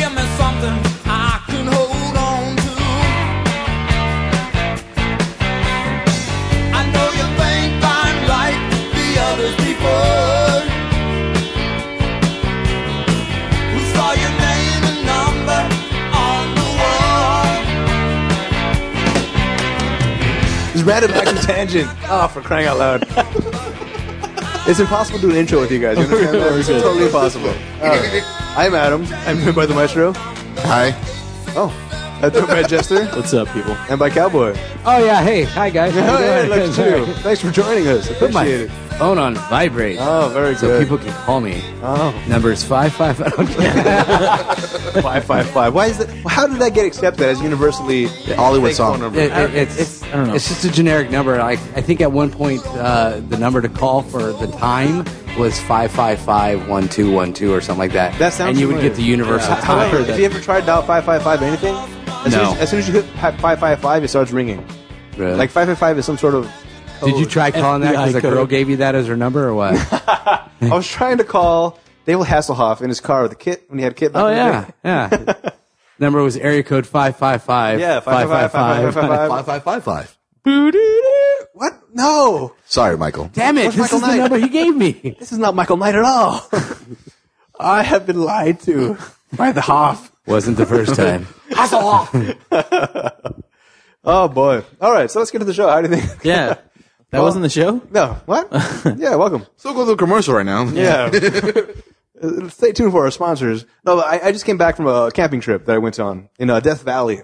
something I can hold on to. I know you think I'm like the others before. Who saw your name and number on the wall. It's random acts of tangent. Oh, for crying out loud. it's impossible to do an intro with you guys. You understand that? It's totally impossible. All right. I'm Adam. I'm joined by the maestro. Hi. Oh. That's by Jester What's up, people? and by Cowboy. Oh yeah, hey, hi guys. How Oh, you yeah, doing? Lex Sorry. too. Thanks for joining us. Put my Appreciate it. phone on vibrate Oh, very so good. people can call me. oh, Number is five five. I don't care. five five five. Why is that? How did that get accepted as universally the Hollywood song. number? It- it- it's it's, I don't know. just a generic number. I, I think at one point uh, the number to call for the time was five five five one two one two or something like that. That sounds and you familiar. would get the universal Yeah. time. However, have you ever tried dial five five five anything? As No. Soon as, as soon as you hit five five five, it starts ringing. Really? Like five five five is some sort of. did you try calling that because a FBI girl code. gave you that as her number or what? I was trying to call David Hasselhoff in his car with a kit when he had a kit. back oh in the yeah, day. yeah. number was area code five five five. yeah, five five five five five five. Five five five five. What? No, Sorry, Michael. Damn Where's it! This Michael is the Knight? number he gave me. this is not Michael Knight at all. I have been lied to by the Hoff. Wasn't the first time. Hasselhoff. oh boy! All right, so let's get to the show. How do you think? Yeah. That wasn't the show? No, what? yeah, welcome. Still go through commercial right now. Yeah. Uh, Stay tuned for our sponsors. No, I, I just came back from a camping trip that I went on in uh, Death Valley. Have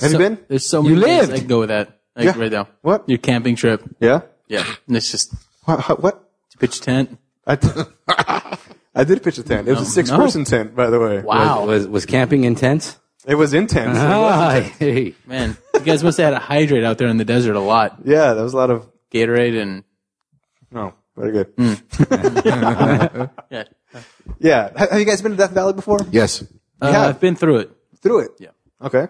you So- been? There's so many You things lived. I can go with that. Like Yeah. right now. What? Your camping trip. Yeah. Yeah. And it's just Wha- wha- What? pitch tent. I, t- I did pitch a tent. It was a No. six-person tent, by the way. was was, was camping intense? It was intense. Uh-huh. Ah, hey. Man, you guys must have had to hydrate out there in the desert a lot. Yeah, that was a lot of. Gatorade and No, very good. yeah. Yeah. Ha- Have you guys been to Death Valley before? Yes. Uh, Yeah. I've been through it. Through it. Yeah. Okay.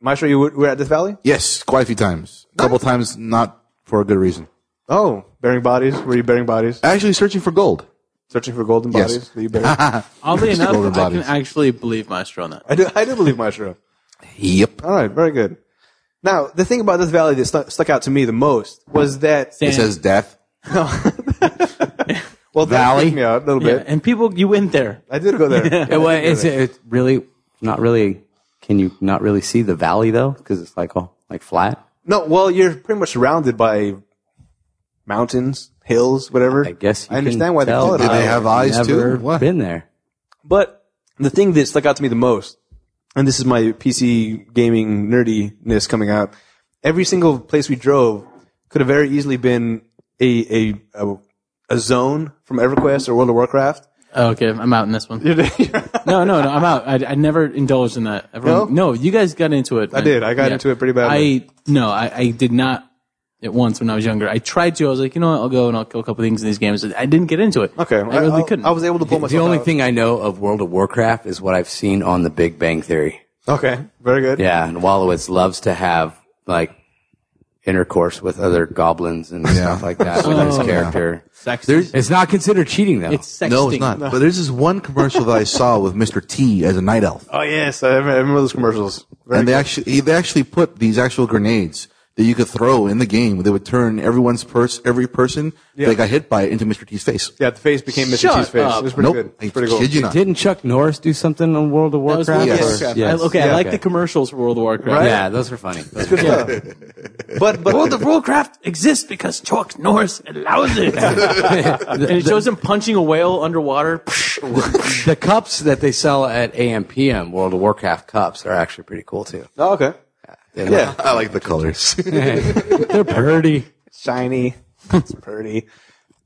Maestro, you were- were at Death Valley? Yes. Quite a few times. A couple times, not for a good reason. Oh, burying bodies. Were you burying bodies? Actually, searching for gold. Searching for golden Yes. bodies that you buried? Oddly enough, I Golden can bodies. actually believe Maestro on that. I do. I do believe Maestro. Yep. All right, very good. Now, the thing about this valley that stu- stuck out to me the most was that It says death. well, that Valley? freaked me out a little Yeah, bit. and people, you went there. I did go there. It was. It's, it's really not really. Can you not really see the valley though? Because it's like all like flat. no, well, you're pretty much surrounded by mountains, hills, whatever. I guess you I understand can why tell they call it. Did a they valley. have eyes Never too? What? been there. But the thing that stuck out to me the most, and this is my PC gaming nerdiness coming out, every single place we drove could have very easily been a a a, a zone from EverQuest or World of Warcraft. Oh, okay, I'm out in this one. no, no, no. I'm out. I, I never indulged in that. Everyone, No? no? you guys got into it. I did. I got into it pretty badly. I no, I, I did not at once when I was younger. I tried to. I was like, you know what? I'll go and I'll kill a couple things in these games. I didn't get into it. Okay, I really I, couldn't. I was able to pull The, myself. only out. thing I know of World of Warcraft is what I've seen on The Big Bang Theory. Okay, very good. Yeah, and Wallowitz loves to have like intercourse with other goblins and stuff like that with his Oh, yeah. character. Sexist. There's- It's not considered cheating though. it's sexting. No, it's not. But there's this one commercial that I saw with Mr. T as a night elf, Oh yes, I remember, I remember those commercials. Very and they good. actually they actually put these actual grenades that you could throw in the game. They would turn everyone's pers every person that got hit by it into Mr. T's face. yeah, the face became Mr. Shut T's face. up. It was pretty nope. good. It's pretty cool. I kid you not. Didn't Chuck Norris do something on World of That was Warcraft? World of Yes. Warcraft. Yes. I- okay, Yeah. I like Okay. the commercials for World of Warcraft. Right? Yeah, those were funny. Those were But but World of Warcraft exists because Chuck Norris allows it. and it shows him punching a whale underwater. the cups that they sell at AMPM, World of Warcraft cups, are actually pretty cool too. oh, okay, They yeah, I like the colors. look- they're pretty. shiny, it's pretty.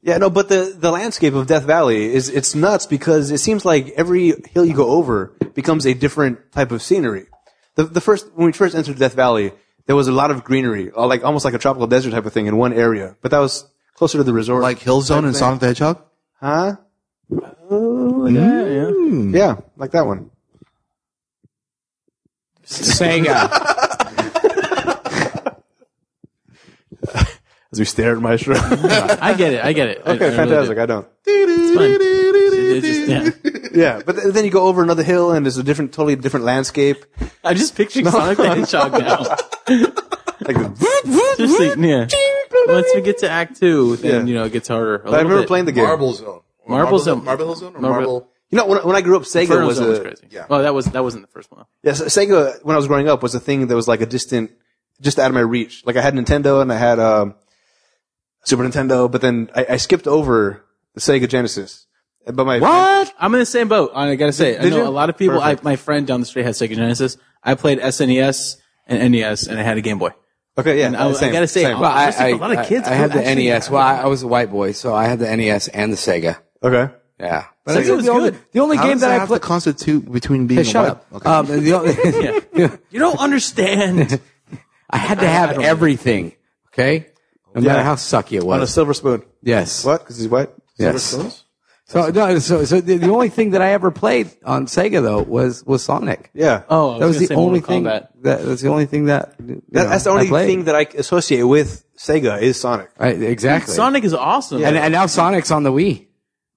Yeah, no, but the the landscape of Death Valley is it's nuts because it seems like every hill you go over becomes a different type of scenery. The the first when we first entered Death Valley, there was a lot of greenery, uh, like almost like a tropical desert type of thing in one area, but that was closer to the resort. like Hillzone and Sonic the Hedgehog. huh? yeah, yeah. Yeah, like that one. Sega. As we stare at Maestro. okay, I get it. I get it. I- I really fantastic. do. I don't. It's fine. It's just- yeah. yeah, but th- then you go over another hill and there's a different, totally different landscape. I'm just picturing Sonic the Hedgehog now. Like, the- Just like, yeah. Once we get to Act Two, then Yeah. you know it gets harder. I I remember playing the game. Marble Zone. Or Marble Zone. Marble Hill Zone or Marble- Marble. You know, when, when I grew up, Sega Inferno was Zone was a crazy. yeah. Well, that was that wasn't the first one. yeah, Se- Sega when I was growing up was a thing that was like a distant, just out of my reach. Like I had Nintendo and I had um, Super Nintendo, but then I, I skipped over the Sega Genesis. But my What? I'm in the same boat. I gotta say, I Did know you? a lot of people. I, Perfect. my friend down the street had Sega Genesis. I played SNES and NES, and I had a Game Boy. okay, yeah, And I, same, I gotta say, same. well, I, a lot of kids. I, had the actually- NES. Well, I, I was a white boy, so I had the NES and the Sega. okay, Yeah. Sega was the only, good. the only How game does that, that I have played. to constitute between being Hey, a shut white- up. Um, the only, You don't understand. I had to have everything. Okay. No matter how sucky it on a was. silver spoon. Yes. What? Because he's white. Yes. So no. So so the, the only thing that I ever played on Sega though was was Sonic. Yeah. oh, I That was gonna the say Mortal only thing Kombat. that that's the only thing that you That- know, that's the I only played. thing that I associate with Sega is Sonic. Right, exactly. Sonic is awesome. and, and now Sonic's on the Wii.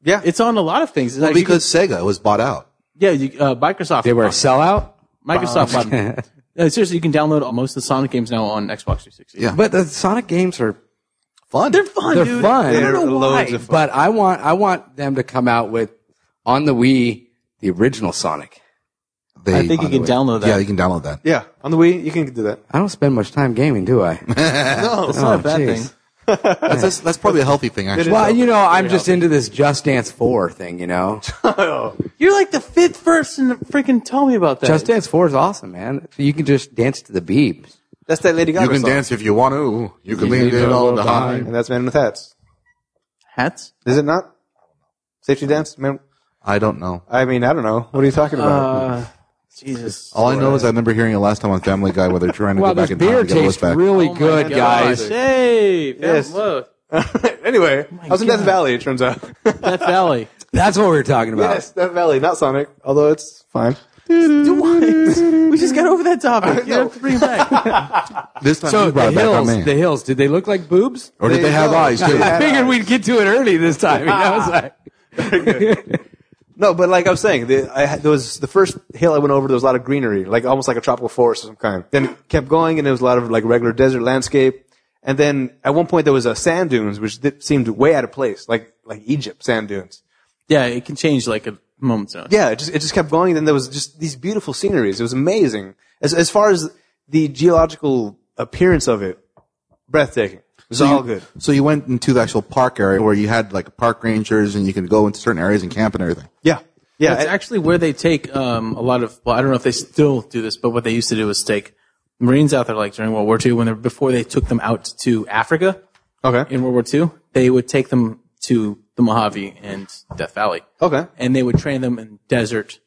Yeah, it's on a lot of things. It's Uh, like you because Sega was bought out. can- yeah, you, uh, Microsoft. They were a sellout. Microsoft. bought them. No, seriously, you can download most of the Sonic games now on Xbox 360. Yeah. But the Sonic games are Fun. They're fun, They're dude. fun. I don't They're know loads why. of fun. But I want I want them to come out with on the Wii the original Sonic. They- I think you by the can way. download that. Yeah, you can download that. yeah. On the Wii, you can do that. I don't spend much time gaming, do I? Oh, That's not a bad jeez. thing. That's, that's, that's probably a healthy thing, actually. well, you know, I'm just into this Just Dance 4 thing, you know. You're like the fifth person to freaking tell me about that. Just Dance 4 is awesome, man. You can just dance to the beeps. That's that Lady Gaga You can song. dance if you want to. You can You lean can in do all it the all time. and that's Man with Hats. hats. Is it not? Safety dance? Man, I don't know. I mean, I don't know. What are you talking about? Uh, Jesus. All I know is I remember hearing it last time on Family Guy where they're trying to Wow, go back this in time beer to get Lois tastes back. Oh really good, guys. Hey, Yes. look. anyway, I was in Death God. Valley, it turns out. Death Valley. That's what we were talking about. yes, Death Valley, not Sonic, although it's fine. we just got over that topic. You have to bring it back. This time So you the brought it back on hills, me. the hills, did they look like boobs? or did There they you have go. eyes, too? I figured we'd get to it early this time. You know, I was like, No, but like I was saying, the, I, had- there was the first hill I went over. There was a lot of greenery, like almost like a tropical forest of some kind. Then it kept going, and there was a lot of like regular desert landscape. And then at one point there was uh, sand dunes, which did, seemed way out of place, like like Egypt sand dunes. yeah, it can change like a moment's notice. Yeah, it just it just kept going. Then there was just these beautiful sceneries. It was amazing. As as far as the geological appearance of it, breathtaking. It was all good. So you went into the actual park area where you had like park rangers and you could go into certain areas and camp and everything. Yeah, yeah. That's I- actually where they take um, a lot of. Well, I don't know if they still do this, but what they used to do was take Marines out there, like during World War II, when they before they took them out to Africa okay. in World War II, they would take them to the Mojave and Death Valley. Okay. and they would train them in desert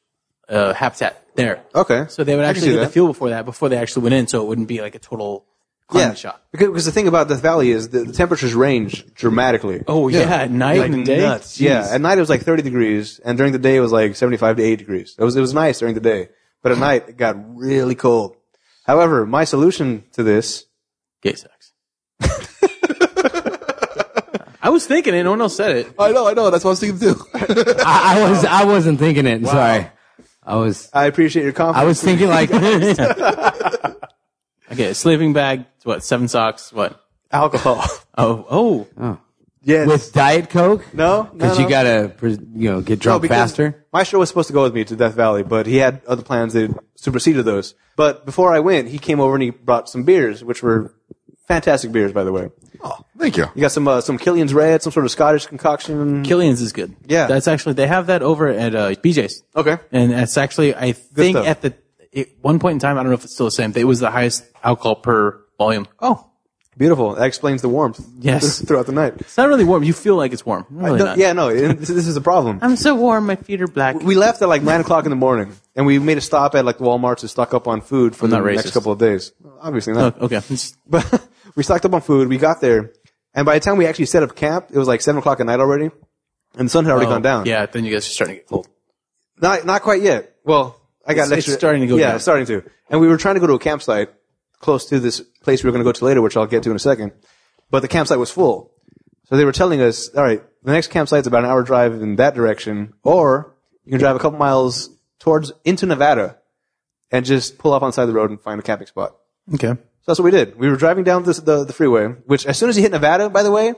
uh, habitat there. Okay. So they would I can actually see get the that. fuel before that, before they actually went in, so it wouldn't be like a total climate Yeah, shock. because, because the thing about Death Valley is the, the temperatures range dramatically. Oh yeah, at night and day. Nuts. Yeah, at night it was like 30 degrees, and during the day it was like 75 to 80 degrees. It was it was nice during the day, but at night it got really cold. However, my solution to this, Gay sex. I was thinking it. No one else said it. Oh. I know, I know. That's what I was thinking too. I, I was, I wasn't thinking it. Sorry, I was, I appreciate your I confidence. was thinking like, Okay, a sleeping bag. What? Seven socks. What? alcohol. Oh, oh. yes. with Diet Coke. no, no, because no. you gotta, pres- you know, get drunk because faster. My show was supposed to go with me to Death Valley, but he had other plans that superseded those. But before I went, he came over and he brought some beers, which were fantastic beers, by the way. oh, thank you. You got some uh, some Killian's Red, some sort of Scottish concoction. Killian's is good. Yeah. that's actually they have that over at uh, BJ's. Okay. and that's actually I think stuff. at the at one point in time I don't know if it's still the same. It was the highest alcohol per volume. Oh, beautiful! That explains the warmth. Yes. throughout the night. It's not really warm. You feel like it's warm. Really No, not. yeah, no, it- this, this is a problem. I'm so warm. My feet are black. We left at like nine o'clock in the morning, and we made a stop at like Walmart to stock up on food for the not next racist. couple of days. Obviously not. okay. But we stocked up on food. We got there, and by the time we actually set up camp, it was like seven o'clock at night already, and the sun had already gone down. Oh, Yeah. Then you guys are starting to get cold. not not quite yet. Well, I got It's- an extra- it's starting to go Yeah, down. it's starting to. And we were trying to go to a campsite close to this place we were going to go to later, which I'll get to in a second. But the campsite was full, so they were telling us, "All right, the next campsite's about an hour drive in that direction, or You can drive a couple miles towards into Nevada and just pull off on the side of the road and find a camping spot. Okay. So that's what we did. We were driving down this, the, the freeway, which as soon as you hit Nevada, by the way,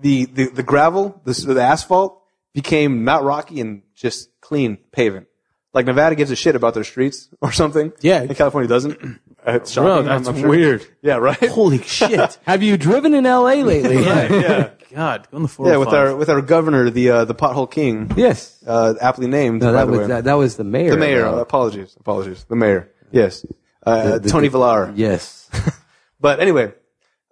the, the, the gravel, the, the asphalt became not rocky and just clean paving. Like Nevada gives a shit about their streets or something. Yeah. And California doesn't. It's shocking, Bro, I'm- that's I'm sure. weird. Yeah, right? Holy shit. Have you driven in L.A. lately? yeah. God, go on the four. oh yeah, with our, with our governor, the, uh, the pothole king. Yes. Uh, aptly named. No, by that the way. was that, that was the mayor. the mayor. though. Apologies. Apologies. The mayor. Yes. Uh, Tony Villar. Yes. But anyway,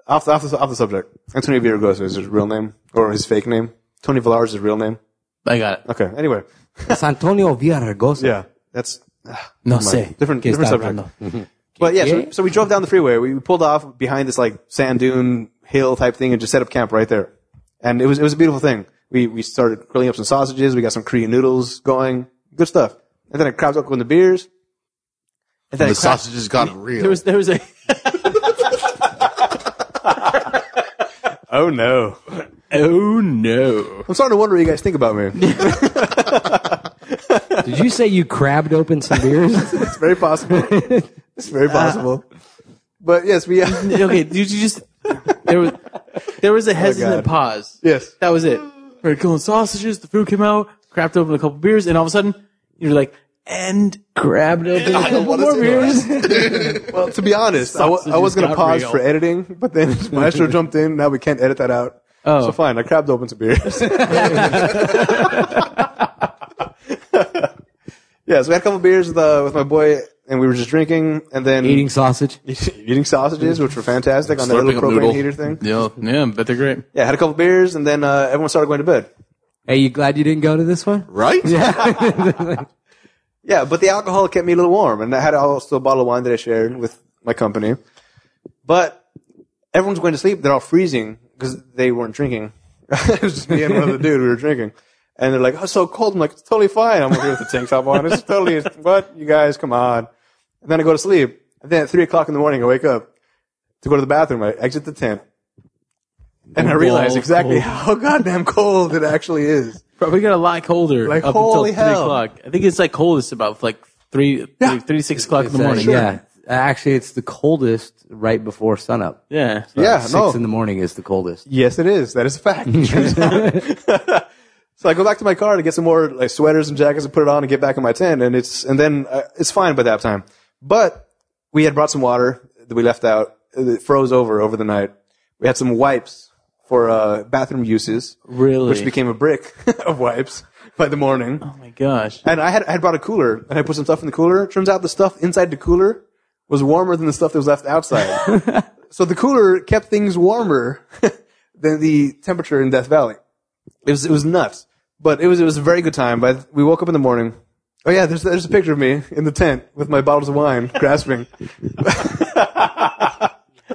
off the, off the, off the subject. Antonio Villaraigosa is his real name or his fake name. Tony Villar is his real name. I got it. Okay. Anyway, It's Antonio Villaraigosa. yeah, that's No say. different Que different está subject. hablando. But yeah, so, so we drove down the freeway. We we pulled off behind this like sand dune hill type thing and just set up camp right there. And it was it was a beautiful thing. We we started grilling up some sausages. We got some Korean noodles going. Good stuff. And then I crapped up on the beers. And then I The crapped- sausages got real. There was there was a Oh no! Oh no. I'm starting to wonder what you guys think about me. Did you say you crabbed open some beers? It's very possible. It's very possible. but yes, we. Uh, Okay, did you just there was there was a hesitant pause. Oh yes. That was it. We were killing sausages, the food came out, crapped open a couple beers, and all of a sudden you're like and grabbed open a couple more beers. Well, to be honest, I, wa- I was going to got pause real. for editing, but then Maestro jumped in. Now we can't edit that out. Oh. So fine, I crabbed open some beers. yeah, so we had a couple beers with, uh, with my boy, and we were just drinking, and then Eating sausage. eating sausages, which were fantastic on that Slurping little up noodle. propane heater thing. Yeah, yeah, but they're great. Yeah, had a couple beers, and then uh, everyone started going to bed. Hey, you glad you didn't go to this one? right? Yeah. Yeah, but the alcohol kept me a little warm, and I had also a bottle of wine that I shared with my company. But everyone's going to sleep; they're all freezing because they weren't drinking. it was just me and one other dude. We were drinking, and they're like, "Oh, it's so cold." I'm like, "It's totally fine." I'm over here with the tank top on. It's totally what you guys. Come on. And then I go to sleep. And then at three o'clock in the morning, I wake up to go to the bathroom. I exit the tent, and I realize Whoa, exactly cold. how goddamn cold it actually is. Probably got a lot colder Like, up holy until hell. three o'clock. I think it's like coldest about like three, Yeah. three, three to six o'clock in the It's, morning. uh, Yeah. Actually, it's the coldest right before sunup. yeah. Yeah, Six no. in the morning is the coldest. Yes, it is. That is a fact. It turns out. so I go back to my car to get some more like sweaters and jackets and put it on and get back in my tent, and it's and then uh, it's fine by that time. But we had brought some water that we left out. It froze over over the night. We had some wipes for uh, bathroom uses, Really? which became a brick of wipes by the morning. Oh my gosh. And I had I had brought a cooler, and I put some stuff in the cooler. Turns out the stuff inside the cooler was warmer than the stuff that was left outside. so the cooler kept things warmer than the temperature in Death Valley. It was it was nuts, but it was it was a very good time. But we woke up in the morning. Oh yeah, there's there's a picture of me in the tent with my bottles of wine, grasping.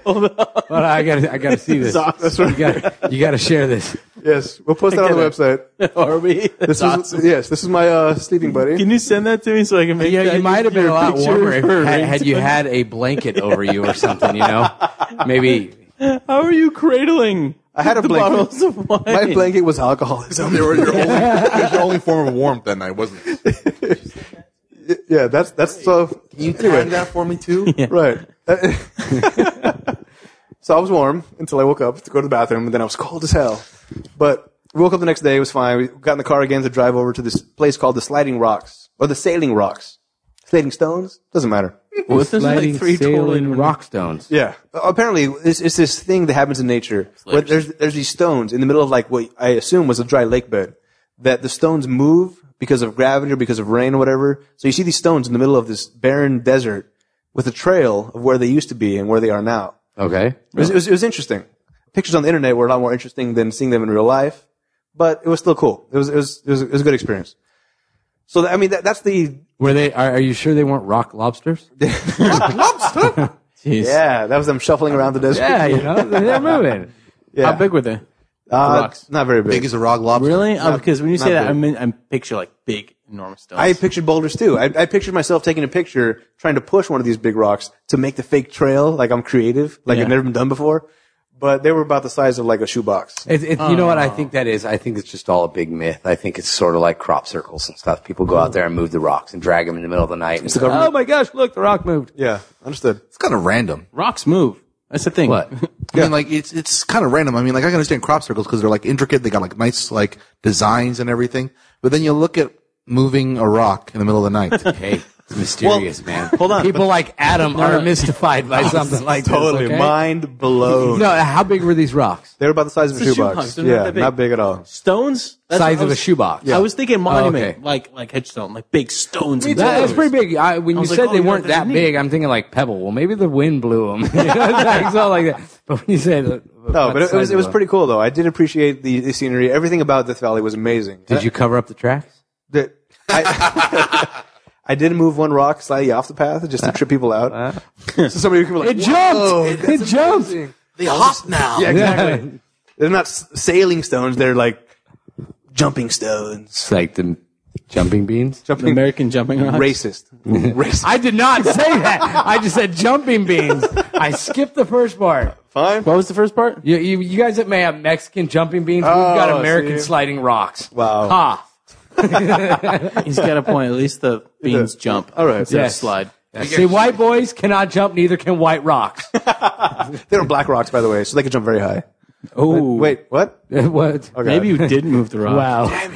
But I gotta, I gotta see this. That's right. You gotta, you gotta share this. Yes, we'll post that on the get website. it. Are we? This is, yes, this is my uh, sleeping buddy. Can you send that to me so I can make? Yeah, that you might have been a your lot picture warmer if, for had, had you ringtone? had a blanket over you or something. You know, maybe How are you cradling? I had a the blanket. bottles of wine. My blanket was alcoholism. They were your only, it was your only form of warmth that night, wasn't it? Yeah, that's that's so. You anyway. that for me too. Right. so I was warm until I woke up to go to the bathroom, and then I was cold as hell. But we woke up the next day, it was fine. We got in the car again to drive over to this place called the Sliding Rocks, or the Sailing Rocks. Slating Stones? Doesn't matter. Well, there's sliding, like three totally sailing different- rock stones. Yeah. Uh, Apparently, it's, it's this thing that happens in nature. Where there's, there's these stones in the middle of like what I assume was a dry lake bed, that the stones move because of gravity or because of rain or whatever. So you see these stones in the middle of this barren desert with a trail of where they used to be and where they are now. Okay. It was, it was, it was interesting. Pictures on the internet were a lot more interesting than seeing them in real life, but it was still cool. It was, it was, it was, it was a good experience. So, that, I mean, that, that's the, Were they? Are, are you sure they weren't rock lobsters? Jeez. yeah, that was them shuffling around the desert. yeah, you know, they're moving. How big were they? Uh, rocks? Not very big. Big as a rock lobster. Really? Oh, because when you say not that, big. I mean, I picture like big, enormous stones. I pictured boulders too. I, I pictured myself taking a picture, trying to push one of these big rocks to make the fake trail, like I'm creative, like Yeah. I've never been done before. but they were about the size of like a shoebox. It, it, you know what I think that is? I think it's just all a big myth. I think it's sort of like crop circles and stuff. People go out there and move the rocks and drag them in the middle of the night. And say, government- oh my gosh, look, the rock moved. Yeah, understood. It's kind of random. Rocks move. That's the thing. What? I mean, like it's it's kind of random. I mean, like I can understand crop circles because they're like intricate. They got like nice like designs and everything. But then you look at moving a rock in the middle of the night. Hey, it's mysterious, man. hold on. People like Adam are mystified by something like Totally this. okay? mind blown. No, how big were these rocks? They were about the size of a It's a shoebox. shoebox. They're not yeah, that big. not big at all. Stones? That's Size what I of a was- shoebox. Oh, I was thinking monument, okay. like like headstone, like big stones. and That, that's pillars. pretty big. I, when you was like, said oh, they you know, weren't there's that a knee. big, I'm thinking like pebble. Well, maybe the wind blew them. it's all like that. But when you say that, No, Oh, but it, it was it was pretty cool though. I did appreciate the, the scenery. Everything about Death Valley was amazing. Did you cover up the tracks? That- I, I did move one rock slightly off the path just to trip people out. so somebody could be like, It jumped. "Whoa, it jumped. they hop now. Yeah, exactly. They're not s- sailing stones. They're like jumping stones. It's like the jumping beans. An Jumping American jumping rocks. racist. racist. I did not say that. I just said jumping beans. I skipped the first part. Fine. What was the first part? You, you, you guys that may have Mexican jumping beans, we've Oh, got American see? sliding rocks. Wow. Ha. He's got a point. At least the beans jump. All right. Instead of Yes. slide. See, white boys cannot jump, neither can white rocks. They were black rocks, by the way, so they could jump very high. Oh, Wait, what? what? Maybe you didn't move the rock. Wow.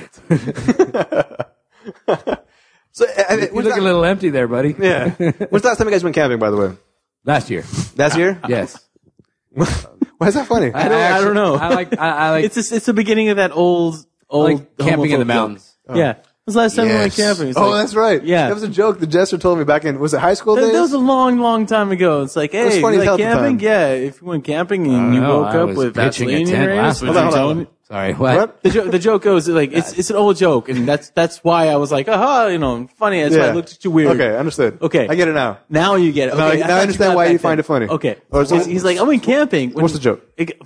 So, I- I- You when's, look a that, little empty there, buddy. yeah. when's the last time you guys went camping, by the way? Last year. Last year? Yes. Why is that funny? I don't, I actually- don't know. I like- I- I like- it's just, it's the beginning of that old old Like camping in the homophobe mountains. Oh. joke. Yeah. It was the last time we went Yes. camping. It's Oh, like- that's right. Yeah. That was a joke the jester told me back in, was it high school that, days? that was a long, long time ago. It's like, was hey, funny you as hell like at the camping? time. Yeah, if you went camping and you know, woke I up was with pitching a Vaseline in tent your last ass, would night. you Hold on, tell hold on. me? Sorry, what? What? The, jo- the joke goes like it's it's an old joke, and that's that's why I was like, aha, you know, funny. That's why I looked at you weird. Okay, understood. Okay. I get it now. Now you get it. Okay, Now- I now I thought understand got why back you find then. it funny. Okay. Or is it- he's, he's like, I went camping. When- What's the joke? It-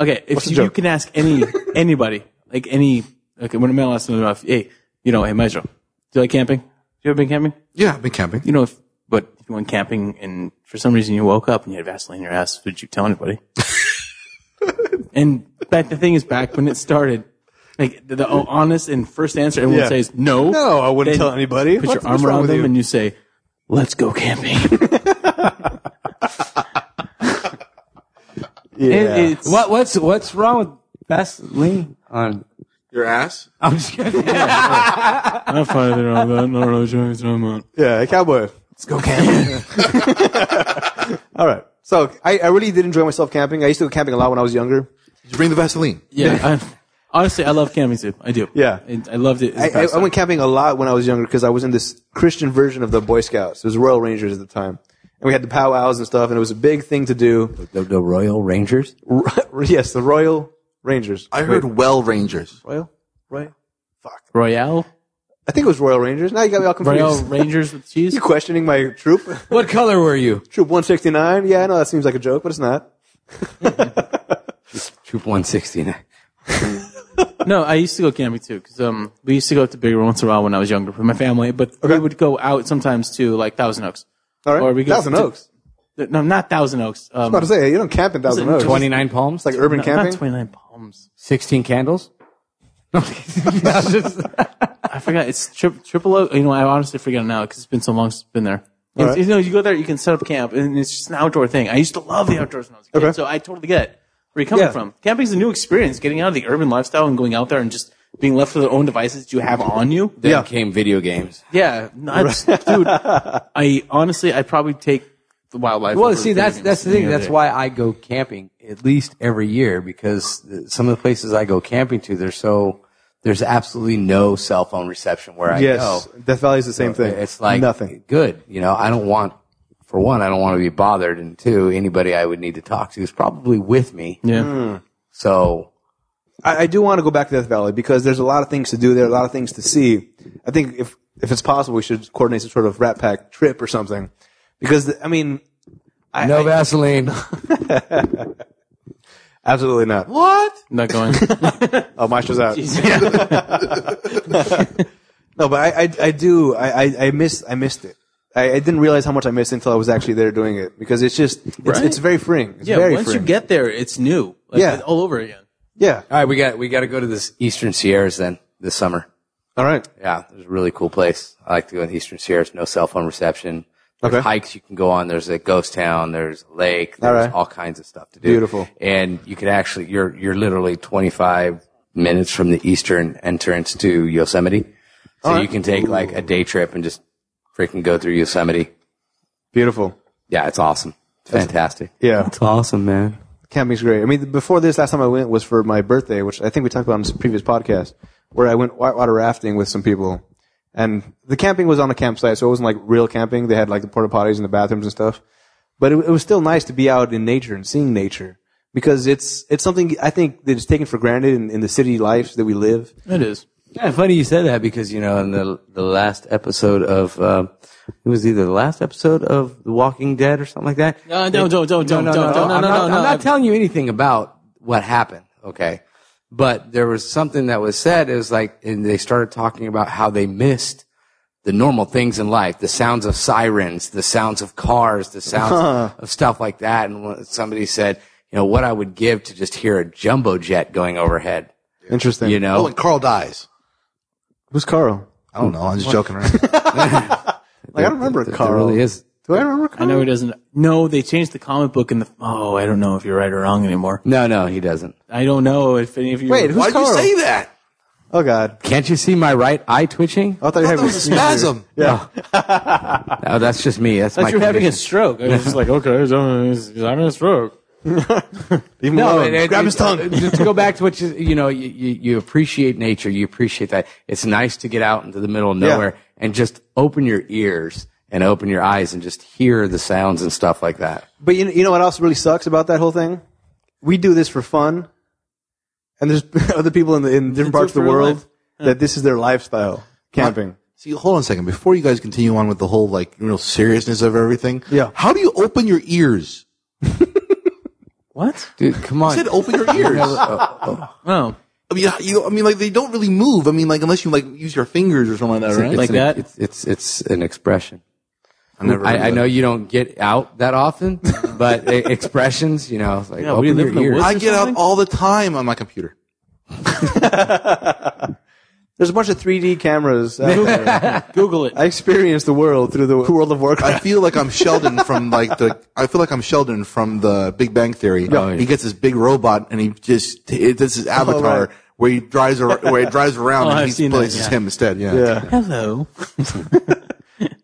okay, if the you, joke? you can ask any anybody, like any, okay, when a male asks another, if, hey, you know, hey, Maestro, do you like camping? You ever been camping? Yeah, I've been camping. You know, if but if you went camping and for some reason you woke up and you had Vaseline in your ass, would you tell anybody? and back the thing is, back when it started. Like the, the honest and first answer everyone Yeah. says no. No, I wouldn't Then tell anybody. Put What's- your what's arm wrong around with them you? and you say, "Let's go camping." Yeah. It- it's- What what's what's wrong with Vaseline on? Your ass. I'm just kidding. I'm fine with it. I don't know what you're talking about. yeah, a cowboy. Let's go camping. All right. So I, I really did enjoy myself camping. I used to go camping a lot when I was younger. Did you bring the Vaseline? Yeah. I, honestly, I love camping too. I do. Yeah. And I loved it. as a I, I, I pastime. went camping a lot when I was younger because I was in this Christian version of the Boy Scouts. It was Royal Rangers at the time. And we had the powwows and stuff, and it was a big thing to do. The, the Royal Rangers. yes, the Royal Rangers. I heard Well Rangers. Royal? Royal? Fuck. Royale. I think it was Royal Rangers. Now you got me all confused. Royale Rangers with cheese. You questioning my troop? What color were you? troop 169? Yeah, I know that seems like a joke, but it's not. Troop 169. No, I used to go camping too because um, we used to go up to Big Bear once in a while when I was younger with my family. But we would go out sometimes to like Thousand Oaks. All right. Or we go Thousand to- Oaks. No, not Thousand Oaks. Um, I was about to say, you don't camp in Thousand it Oaks. 29 palms. It's like urban no, camping. Not Twenty Nine Palms. 16 candles. I forgot. It's tri- triple O. You know, I honestly forget it now because it's been so long since it's been there. It's- right. You know, you go there, you can set up camp, and it's just an outdoor thing. I used to love the outdoors when I was a kid, Okay. so I totally get where you're coming Yeah. from. Camping's a new experience. Getting out of the urban lifestyle and going out there and just being left to their own devices that you have on you. Then Yeah. came video games. Yeah, nuts, dude. I honestly, I probably take the wildlife. Well, over see, video that's games that's the any thing. other That's day. why I go camping at least every year because uh, some of the places I go camping to, they're so there's absolutely no cell phone reception where I yes. go. Death Valley is the same thing. It's like nothing. Good, you know. I don't want, for one, I don't want to be bothered, and two, anybody I would need to talk to is probably with me. Yeah. So I, I do want to go back to Death Valley because there's a lot of things to do there, a lot of things to see. I think if if it's possible, we should coordinate some sort of Rat Pack trip or something. Because I mean, I, no I- Vaseline. absolutely not. What? not going. Oh, Maestro's out. no, but I I, I do I, I I miss I missed it. I- I, I didn't realize how much I missed until I was actually there doing it because it's just it's, Right. it's very freeing. It's Yeah, very once freeing. you get there, it's new. Like, Yeah. all over again. yeah. All right, we got we got to go to this Eastern Sierras then this summer. All right. Yeah, it's a really cool place. I like to go in the Eastern Sierras. No cell phone reception. There's Okay. hikes you can go on. There's a ghost town. There's a lake. There's all, right. kinds of stuff to do. Beautiful. And you can actually you're you're literally 25 minutes from the eastern entrance to Yosemite, so you can take like a day trip and just freaking go through Yosemite. Beautiful. Yeah, it's awesome. It's fantastic. Yeah. It's awesome, man. Camping's great. I mean, before this, last time I went was for my birthday, which I think we talked about on this previous podcast, where I went whitewater rafting with some people. And the camping was on a campsite, so it wasn't like real camping. They had like the porta potties and the bathrooms and stuff. But it, it was still nice to be out in nature and seeing nature because it's it's something I think that is taken for granted in, in the city life that we live. It is. Yeah, funny you said that because you know in the the last episode of uh, it was either the last episode of The Walking Dead or something like that. No, don't, don't, don't, don't, no, don't, no, don't, no, I'm no, not, no, I'm no. not telling you anything about what happened, okay? But there was something that was said. It was like, and they started talking about how they missed the normal things in life, the sounds of sirens, the sounds of cars, the sounds of stuff like that. And when somebody said, you know, what I would give to just hear a jumbo jet going overhead, Interesting. you know? Oh, and Carl dies. Who's Carl? I don't know. I'm just joking around. Like I don't remember There- Carl. There really is. Do I remember Carl? I know he doesn't. No, they changed the comic book in the. Oh, I don't know if you're right or wrong anymore. No, no, he doesn't. I don't know if any of you. Wait, who's Why'd Carl? you say that? Oh God! Can't you see my right eye twitching? Oh. I thought you were That having was a spasm. No, that's just me. That's my Like you're having a condition. stroke. I was just like, okay, he's having he's having a stroke. Leave him No, alone. and- and- grab his tongue. and to go back to what you, you know, you, you, you appreciate nature. You appreciate that. It's nice to get out into the middle of Yeah. nowhere and just open your ears and open your eyes and just hear the sounds and stuff like that. But you know, you know what else really sucks about that whole thing? We do this for fun, and there's other people in the in different parts of the for real world life. that this is their lifestyle camping. See, hold on a second. Before you guys continue on with the whole like real seriousness of everything, Yeah. How do you open your ears? What? Dude, come on. I said open your ears. Oh, I mean, you, I mean, like they don't really move. I mean, like unless you like use your fingers or something like that, right? Like It's an- that? It's, it's, it's an expression. I never. I, heard I that. know you don't get out that often, but e- expressions, you know, like Yeah, we open live your in the ears. woods. I get out something? all the time on my computer. There's a bunch of 3D cameras. Out there. Google it. I experience the world through the world of I Warcraft. feel like I'm Sheldon from like the. I feel like I'm Sheldon from the Big Bang Theory. Yeah. He gets this big robot and he just it, this is Avatar right. where he drives ar- where he drives around Oh, I've and he seen that, plays as yeah. him instead. Yeah. Yeah, Hello.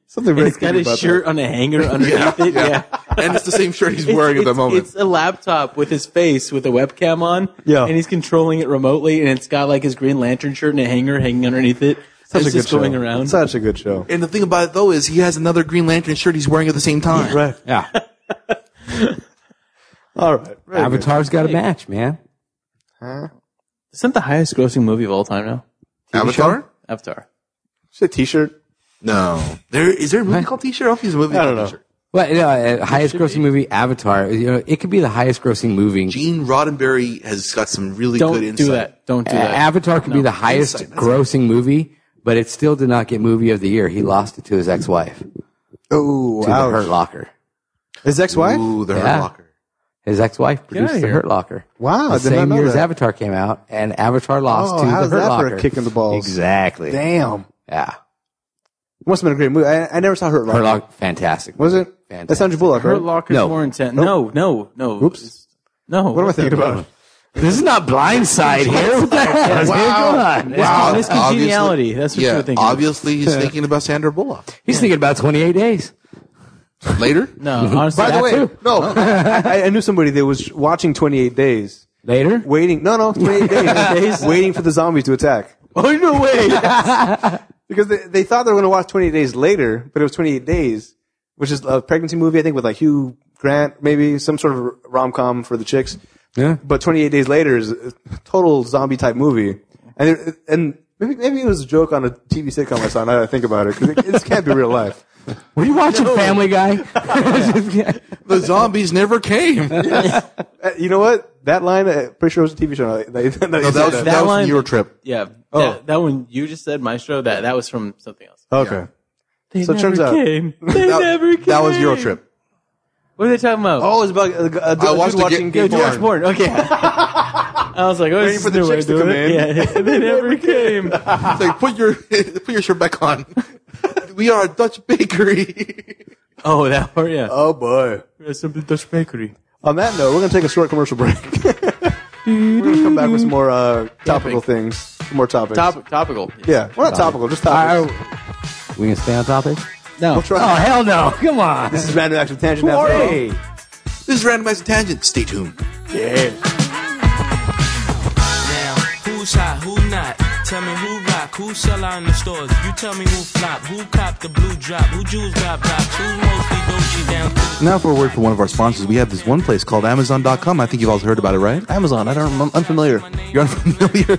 something very It's got creepy his about shirt on a hanger underneath it. Yeah. and it's the same shirt he's It's- wearing at the it's- moment. It's a laptop with his face with a webcam on. Yeah. And he's controlling it remotely, and it's got like his Green Lantern shirt and a hanger hanging underneath it. That. Such it's a just good going show. around. Such a good show. And the thing about it though is he has another Green Lantern shirt he's wearing at the same time. Right. yeah. All right. Very good. Avatar's got a match, man. Isn't that the highest grossing movie of all time now? Avatar? Avatar. Is it a T-shirt. No. There is there a movie called T-shirt? I don't think there's a movie I called don't know. T-shirt. Well, you know, uh, highest grossing movie, Avatar. You know, it could be the highest grossing movie. Gene Roddenberry has got some really Don't good do insight. that. Don't do Uh, that. Avatar could be the highest Insight, that's grossing movie, but it still did not get movie of the year. He lost it to his ex-wife, to Oh, the Hurt wow. Locker. His ex-wife. Ooh, the Hurt Yeah. Locker. His ex-wife produced outta the here. Hurt Locker. Wow, the I did not same know year as that. Avatar came out, and Avatar lost Oh, to the how's Hurt that for a Locker. kick in the balls? Exactly. Damn. It Yeah, must have been a great movie. I, I never saw Hurt Hurt Locker. Locker, fantastic. Was it? Fantastic. That's Sandra Bullock, Hurt right? Locker's No. more intense. No, no, no. Oops. No. What am I thinking about? This is not Blindside here. What the heck? Wow. Come on. Wow. Miss Congeniality. That's what you yeah, were thinking. Obviously, he's thinking about Sandra Bullock. He's thinking about 28 days. Later? No, honestly. By the that way, too. no, I, I knew somebody that was watching 28 Days, Later. waiting. No, no, 28 days, waiting for the zombies to attack. Oh, no way. Because they, they thought they were going to watch 28 Days later, but it was 28 Days, which is a pregnancy movie, I think, with like Hugh Grant, maybe some sort of rom com for the chicks. Yeah. But 28 Days later is a total zombie type movie, and it, and maybe maybe it was a joke on a TV sitcom I saw. Now that I think about it, because it, this can't be real life. Were you watching Family Guy? The zombies never came. no, that Uh, you know what? That line, uh, pretty sure it was a TV show. No, that, was, that was That from line- your trip. Oh. Yeah. That, that one you just said, Maestro, that, that was from something else. okay. They So it never turns out- came. They that, never came. that was Eurotrip. What are they talking about? Oh, it's about uh, uh, I watched dude the watching ga- gay yeah, porn. George Porn. Okay. I was like, oh, this is for the new way chicks to to come do it. in. Yeah, they never came. It's like put your put your shirt back on. we are a Dutch bakery. Oh, that part, yeah. oh boy. Simply Dutch Bakery. On that note, we're going to take a short commercial break. we're going to come back with some more uh, topical things, some more topics. Top, topical. yeah, we're not topical, just topics. Uh, we can stay on topic? No. Try- Oh, hell no. Come on. This is Random Action Tangent. After All. Hey. This is randomized tangent. Stay tuned. Now, who's hot, who not? Tell me who rock, who sell out in the stores. You tell me who flop, who cop the blue drop, who Jews got props, who's mostly Gucci down to Now for a word from one of our sponsors. We have this one place called Amazon.com. I think you've all heard about it, right? Amazon, I don't, I'm unfamiliar. You're unfamiliar.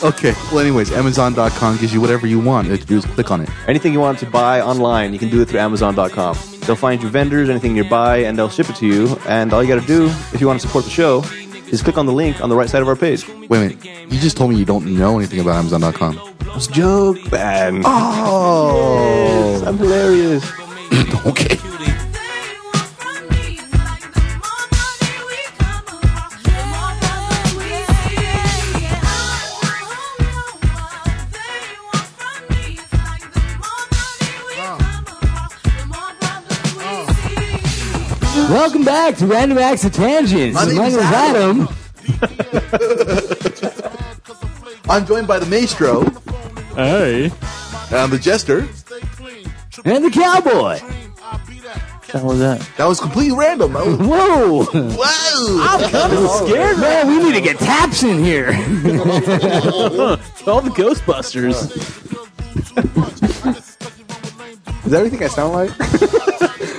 okay. Well, anyways, Amazon.com gives you whatever you want. All you have to do is click on it. Anything you want to buy online, you can do it through Amazon.com. They'll find you vendors, anything nearby, and they'll ship it to you. And all you got to do, if you want to support the show, is click on the link on the right side of our page. Wait a minute. You just told me you don't know anything about Amazon.com. It's a joke, man. Oh. I'm hilarious. Okay. Welcome back to Random Acts of Tangents. My name's Adam. I'm joined by the maestro, Hey. uh, the jester. and the Cowboy. How was that? That was completely random. That was- Whoa. Whoa. Scared, man. We need to get taps in here. All the Ghostbusters. Is that everything I sound like?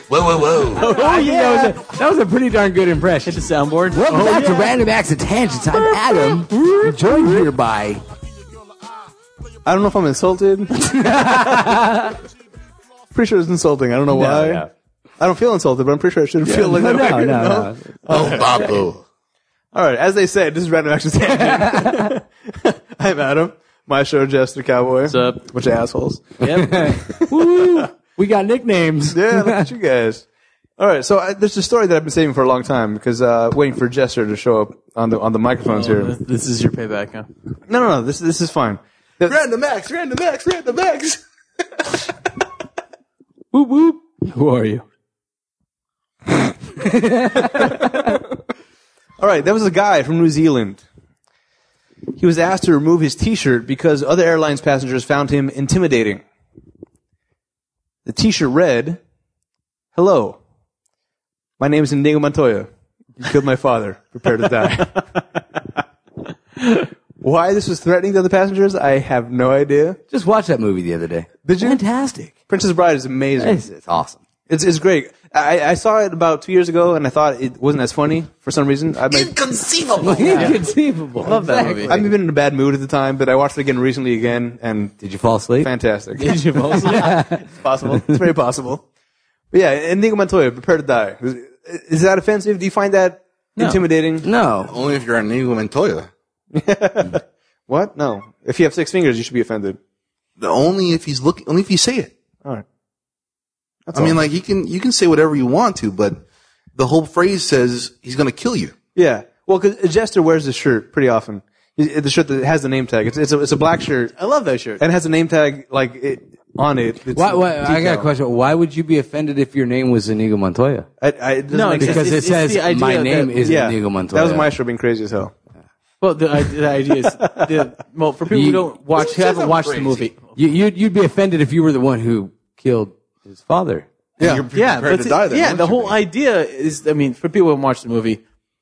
Whoa, whoa, whoa. Oh, yeah. That was, a, that was a pretty darn good impression. The soundboard. Welcome back to Random Acts of Tangents. I'm Adam. We're joined here by I don't know if I'm insulted. pretty sure it's insulting. I don't know why. no. I don't feel insulted, but I'm pretty sure I shouldn't feel like that. way, you know? Oh, Babu. All right, as they said, this is Random Action Tangent. I'm Adam. My show, Jester Cowboy. What's up? Bunch of assholes. We got nicknames. Yeah, look at you guys. All right, so I, there's a story that I've been saving for a long time because uh, waiting for Jester to show up on the on the microphones here. This, this is your payback, huh? No, no, no. This this is fine. The- Random Max, Random Max, Random Max. Whoop, whoop. Who are you? All right, there was a guy from New Zealand. He was asked to remove his T-shirt because other airlines passengers found him intimidating. The T-shirt read, "Hello, my name is Indigo Montoya. You killed my father. Prepare to die." Why this was threatening to other passengers, I have no idea. Just watched that movie the other day. Did you? Fantastic. Princess Bride is amazing. It's, it's awesome. It's it's great. I, I saw it about two years ago, and I thought it wasn't as funny for some reason. I might, Inconceivable. Inconceivable. Love that movie. I've been in a bad mood at the time, but I watched it again recently again, and Did you fall asleep? fantastic. Did you also? it's possible. It's very possible. But yeah, Enigma Montoya, prepare to die. Is, is that offensive? Do you find that intimidating? No. Only if you're an Inigo Montoya. What? No. If you have six fingers, you should be offended. Only if he's looking. Only if you say it. All right. That's I mean, all. like you can you can say whatever you want to, but the whole phrase says he's going to kill you. yeah. Well, because Jester wears this shirt pretty often. It- The shirt that has the name tag. It's it's a, it's a black shirt I love that shirt. and it has a name tag like it on it. It's Why, why, I got a detailed. question. Why would you be offended if your name was Inigo Montoya? I, I, it doesn't No, make it's- sense. Because it it's the says idea my that- name is yeah, Inigo Montoya. that was my show being crazy as hell. Well, the, I- the idea is, the, well, for people You- who don't watch, who haven't watched the movie, You, you'd, you'd be offended if you were the one who killed his father. Yeah, yeah, but to it- die. Then, yeah. wouldn't The you whole be? idea is, I mean, for people who haven't watched the movie,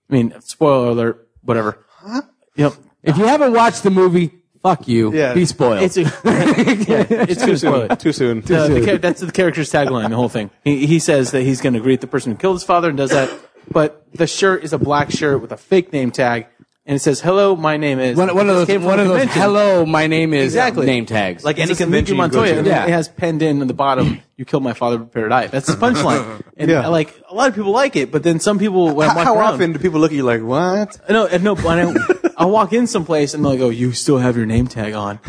I mean, spoiler alert, whatever. Huh? Yep. If you haven't watched the movie, fuck you. Yeah. Be spoiled. It's a, yeah, it's too spoiler. Too soon. Uh, the char- that's the character's tagline, the whole thing. He, he says that he's going to greet the person who killed his father and does that. But the shirt is a black shirt with a fake name tag, and it says, "Hello, my name is." one, one This of came those, from one a of those, convention. hello, my name is Exactly. name tags. Like any It's just convention Luigi you go Montoya, to. and Yeah. it has penned in on the bottom, "You killed my father, prepare to die." That's the punchline, and Yeah. like a lot of people like it, but then some people when I How, walk how around, often do people look at you like, what? no, no, I, I walk in someplace and they're like, "Oh, you still have your name tag on."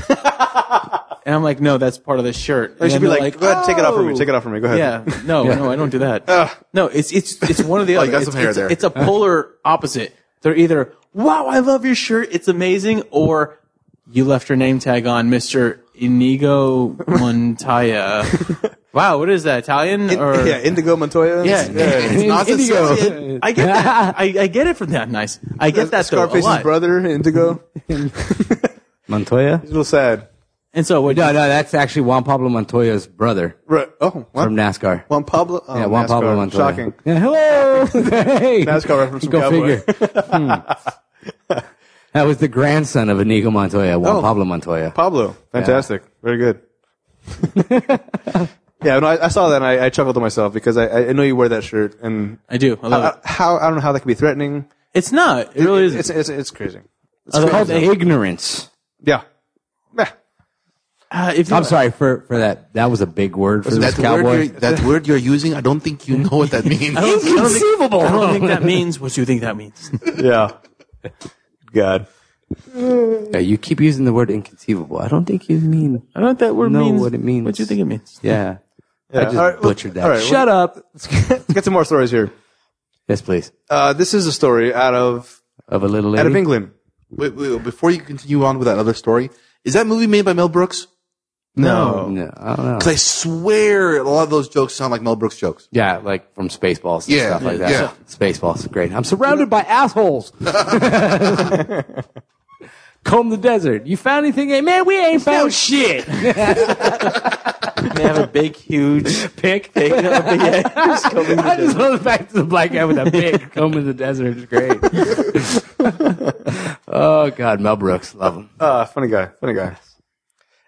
And I'm like, no, that's part of the shirt. They And should be then like, they're go ahead, take it off for me, oh. take it off for me, go ahead. Yeah, no, no, I don't do that. no, it's it's it's one of the Oh, other. you got it's, some hair it's- there. it's a polar opposite. They're either wow, I love your shirt, it's amazing, or you left your name tag on, Mister Inigo Montoya. wow, what is that Italian or yeah, Indigo Montoya. Yeah, It's not Indigo. Sicilian. I get that. I, I get it from that. Nice. I get that though, a Scarface's lot. brother, Indigo. It's Montoya? a little sad. And so what? No, no, that's actually Juan Pablo Montoya's brother Right. Oh, what? from NASCAR. Juan Pablo. Oh, yeah, Juan NASCAR. Pablo Montoya. Shocking. Yeah, hello. hey. NASCAR reference from Go Cowboy. figure. Hmm. That was the grandson of Inigo Montoya, Juan Oh. Pablo Montoya. Pablo, fantastic, very good. yeah, no, I, I saw that and I, I chuckled to myself because I, I know you wear that shirt and I do. I love I, it. I- how I don't know how that could be threatening. It's not. It really is. It's it's, it's crazy. It's called ignorance. Yeah. Meh. uh, if you- I'm sorry for, for that. That was a big word for this That word, cowboy. you're, that word you're using, I don't think you know what that means. Inconceivable. I don't think that means what you think that means. Yeah. God. Yeah, you keep using the word inconceivable. I don't think you mean. I don't know what that word Know means. what it means. What you think it means? Yeah. I just all right, well, butchered that. all right, well- Shut up. Let's get some more stories here. Yes, please. Uh, this is a story out of Of a little out of lady. England. wait, wait, wait, before you continue on with that other story, is that movie made by Mel Brooks? No. No, I don't know. Because I swear a lot of those jokes sound like Mel Brooks jokes. Yeah, like from Spaceballs and Yeah, stuff like that. yeah. Spaceballs, great. I'm surrounded by assholes. Comb the desert. You found anything? Hey, man, we ain't found shit. They have a big, huge Pick. thing. up the- yeah, just combing the I just love the fact that the black guy with a big comb in the desert is great. oh God, Mel Brooks, love him. Uh, funny guy. Funny guy.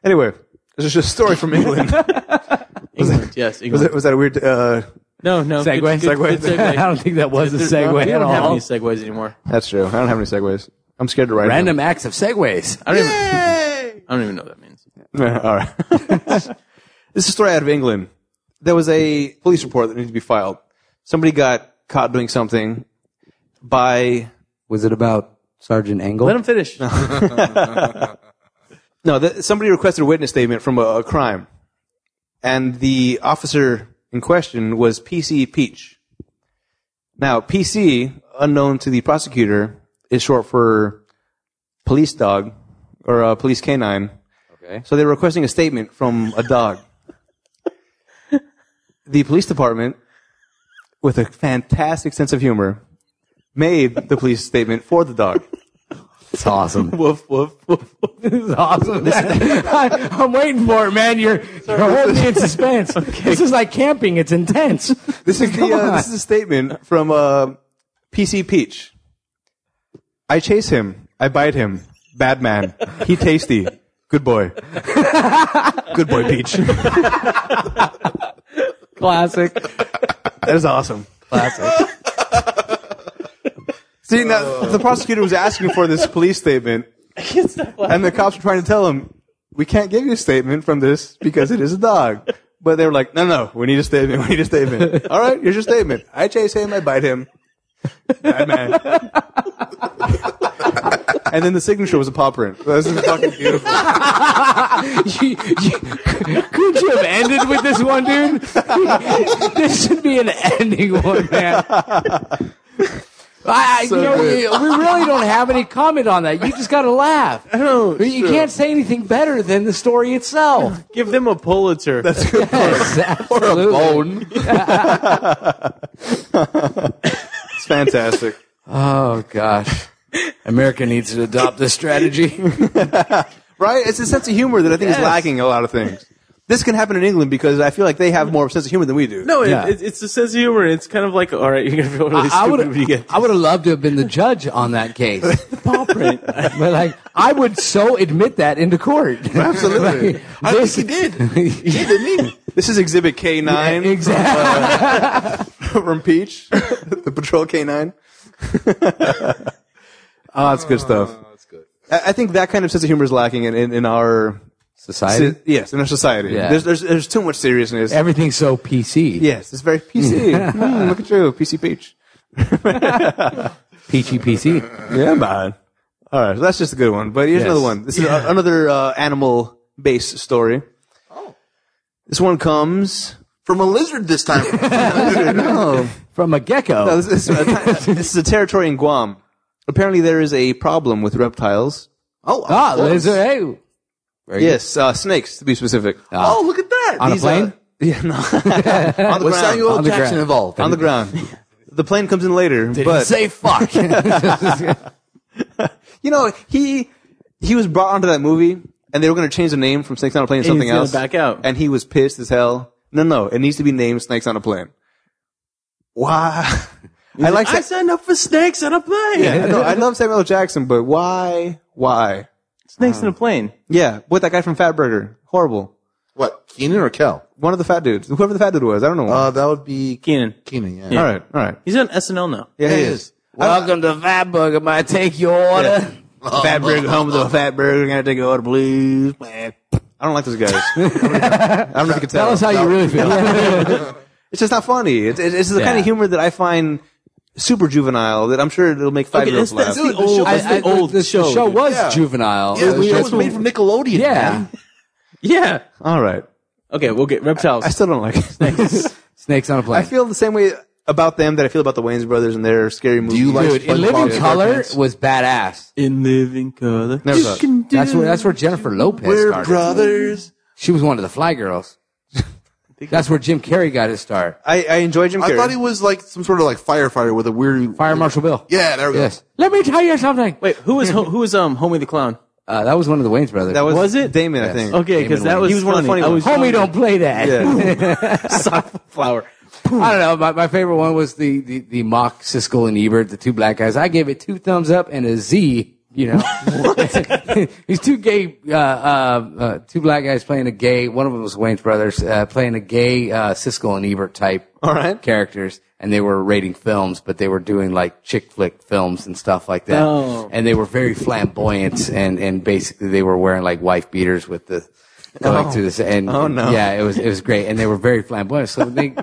Anyway, this is just a story from England. England, yes, was, England. that, was that a weird? Uh, no, no. good- Segue? Good, good, Segue. I segue. don't think that was a There's- segue we at don't have all. any segues anymore. that's true. I don't have any segues. I'm scared to write. Random acts of segues. I don't, even, I don't even know what that means. Yeah, All right. this is a story out of England. There was a police report that needed to be filed. Somebody got caught doing something by Was it about Sergeant Angle? Let him finish. no. That, somebody requested a witness statement from a, a crime, and the officer in question was PC Peach. Now, PC, unknown to the prosecutor, is short for police dog or uh, police canine. Okay. So they were requesting a statement from a dog. the police department, with a fantastic sense of humor, made the police statement for the dog. It's awesome. Woof, woof, woof. This is awesome. I, am waiting for it, man. You're, you're holding me in suspense. This is like camping. It's intense. This is, the, uh, this is a statement from uh, PC Peach. I chase him. I bite him. Bad man. He tasty. Good boy. Good boy, Peach. That Classic. is awesome. Classic. See, now the prosecutor was asking for this police statement, and the cops were trying to tell him, "We can't give you a statement from this because it is a dog." But they were like, "No, no, we need a statement. We need a statement. All right, here's your statement. I chase him. I bite him. Bad man." and then the signature was a paw print. This is fucking beautiful. You- you- could you have ended with this one, dude? this should be an ending one, man. I, I- you know, we, we really don't have any comment on that. You just got to laugh. I know. You can't say anything better than the story itself. Give them a Pulitzer. or a bone. It's fantastic. Oh gosh. America needs to adopt this strategy. Right? It's a sense of humor that I think is lacking a lot of things. This can happen in England because I feel like they have more sense of humor than we do. no, it, Yeah. it's it's a sense of humor. It's kind of like, all right, you're going to feel really I would stupid when you get I would have loved to have been the judge on that case. paw print. But like I would so admit that into court. Absolutely. Like, this- This is Exhibit K nine exactly. from Peach, the Patrol K nine. Ah, Oh, that's good stuff. That's good. I, I think that kind of sense of humor is lacking in, in, in our Society. yes in our society. Yeah. There's, there's there's too much seriousness. Everything's so PC. yes, it's very PC. Hmm, look at you, PC Peach. Peachy PC. Yeah, man. All right, so that's just a good one. But here's Yes. another one. This is a- another uh, animal base story. Oh. This one comes. From a lizard this time. From a gecko. No, oh, this, is a, this is a territory in Guam. Apparently, there is a problem with reptiles. oh, ah, of course. lizard. Hey. Very Yes, uh, snakes to be specific. Oh, look at that. On a uh, plane? yeah, no. on the Was ground. Samuel On the Jackson ground. involved? on the ground. The plane comes in later, but say fuck. you know he he was brought onto that movie, and they were going to change the name from Snakes on a Plane to And something he's gonna else. back out. and he was pissed as hell. No, no, it needs to be named Snakes on a Plane. Why? I like. I Sa- signed up for snakes on a plane. yeah, no, I love Samuel L. Jackson, but why? Why? Snakes in a plane. Yeah, with that guy from Fatburger, horrible. What, Keenan or Kel? One of the fat dudes, whoever the fat dude was, I don't know. Uh, that would be Keenan. Keenan, yeah. all right, all right. He's on SNL now. Yeah, he it is. is. Welcome to Fat Burger. May I take your order? Uh-huh. Fat burger, home with a fat burger. Gonna take a order, please. I don't like those guys. I don't know if you can tell. Tell us how you really feel. It's just not funny. It's, it's, it's the kind Yeah. of humor that I find super juvenile. That I'm sure it'll make five Okay, year olds that's- laugh. that's the old, that's the old the, show. The show dude. was juvenile. Yeah, It was it was just- made from Nickelodeon. yeah. Yeah. All right. Okay, we'll get reptiles. I still don't like it. Snakes on a plane. I feel the same way about them that I feel about the Wayans brothers and their scary movies. you like- Dude, in SpongeBob Living SquarePants. Color was badass. in living color. Never saw it. That's where that's where Jennifer Lopez started. brothers. She was one of the Fly Girls. that's where Jim Carrey got his start. I, I enjoy Jim Carrey. I thought he was like some sort of like firefighter with a weird Fire Marshal Bill. Yeah, there we go. Yes. Let me tell you something. Wait, who was ho- who was um Homie the Clown? Uh, that was one of the Wayne's brothers. that was, Was it? Damon, I Yes. think. Okay, Damon because that Wayans. was He was one of the funny. funny I was young. Homie, don't play that. Yeah. flower. I don't know. My, my favorite one was the, the, the mock Siskel and Ebert, the two black guys. I gave it two thumbs up and a Z. You know, these two gay, uh, uh, uh, two black guys playing a gay. One of them was Wayne's brothers uh, playing a gay uh, Siskel and Ebert type All right. characters, and they were rating films, but they were doing like chick flick films and stuff like that. Oh. And they were very flamboyant, and and basically they were wearing like wife beaters with the going through this. And Oh, no. yeah, it was it was great, and they were very flamboyant. So they,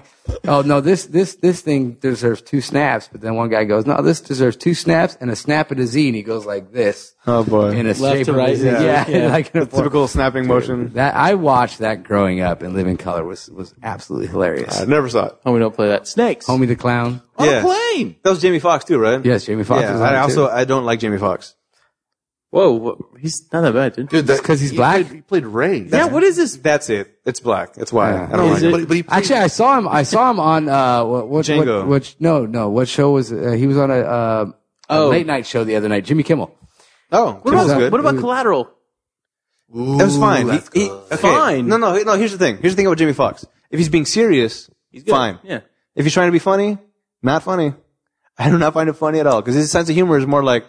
oh no, this this this thing deserves two snaps. But then one guy goes, no, this deserves two snaps and a snap at a Z, and he goes like this. Oh, boy. in a Left shape to of a right, Z. yeah. yeah, Yeah. like in a form. Typical snapping motion. That I watched that growing up, and Living Color was was absolutely hilarious. I never saw it. Homie, don't play that. Snakes. Homie the Clown. On Yeah. a plane. That was Jamie Foxx too, right? Yes, Jamie Foxx Yeah, was on I it, also too. I don't like Jamie Fox. Whoa, wha- he's not that bad, dude. Dude, that- 'cause he's he black? Played, he played Ray. yeah, what is this? That's it. It's black. That's why Yeah. I don't Is like it- it. But, but he played, Actually, I saw him. I saw him on uh, what, what, Django. What, what, no, no. What show was it? uh, he was on a, uh, a Oh. late night show the other night? Jimmy Kimmel. Oh, What that was about, good. what about Collateral? That was fine. Ooh, that's He- he- good. okay. Fine. No, no, no. Here's the thing. Here's the thing about Jamie Foxx. If he's being serious, he's Good. fine. Yeah. If he's trying to be funny, not funny. I do not find it funny at all because his sense of humor is more like,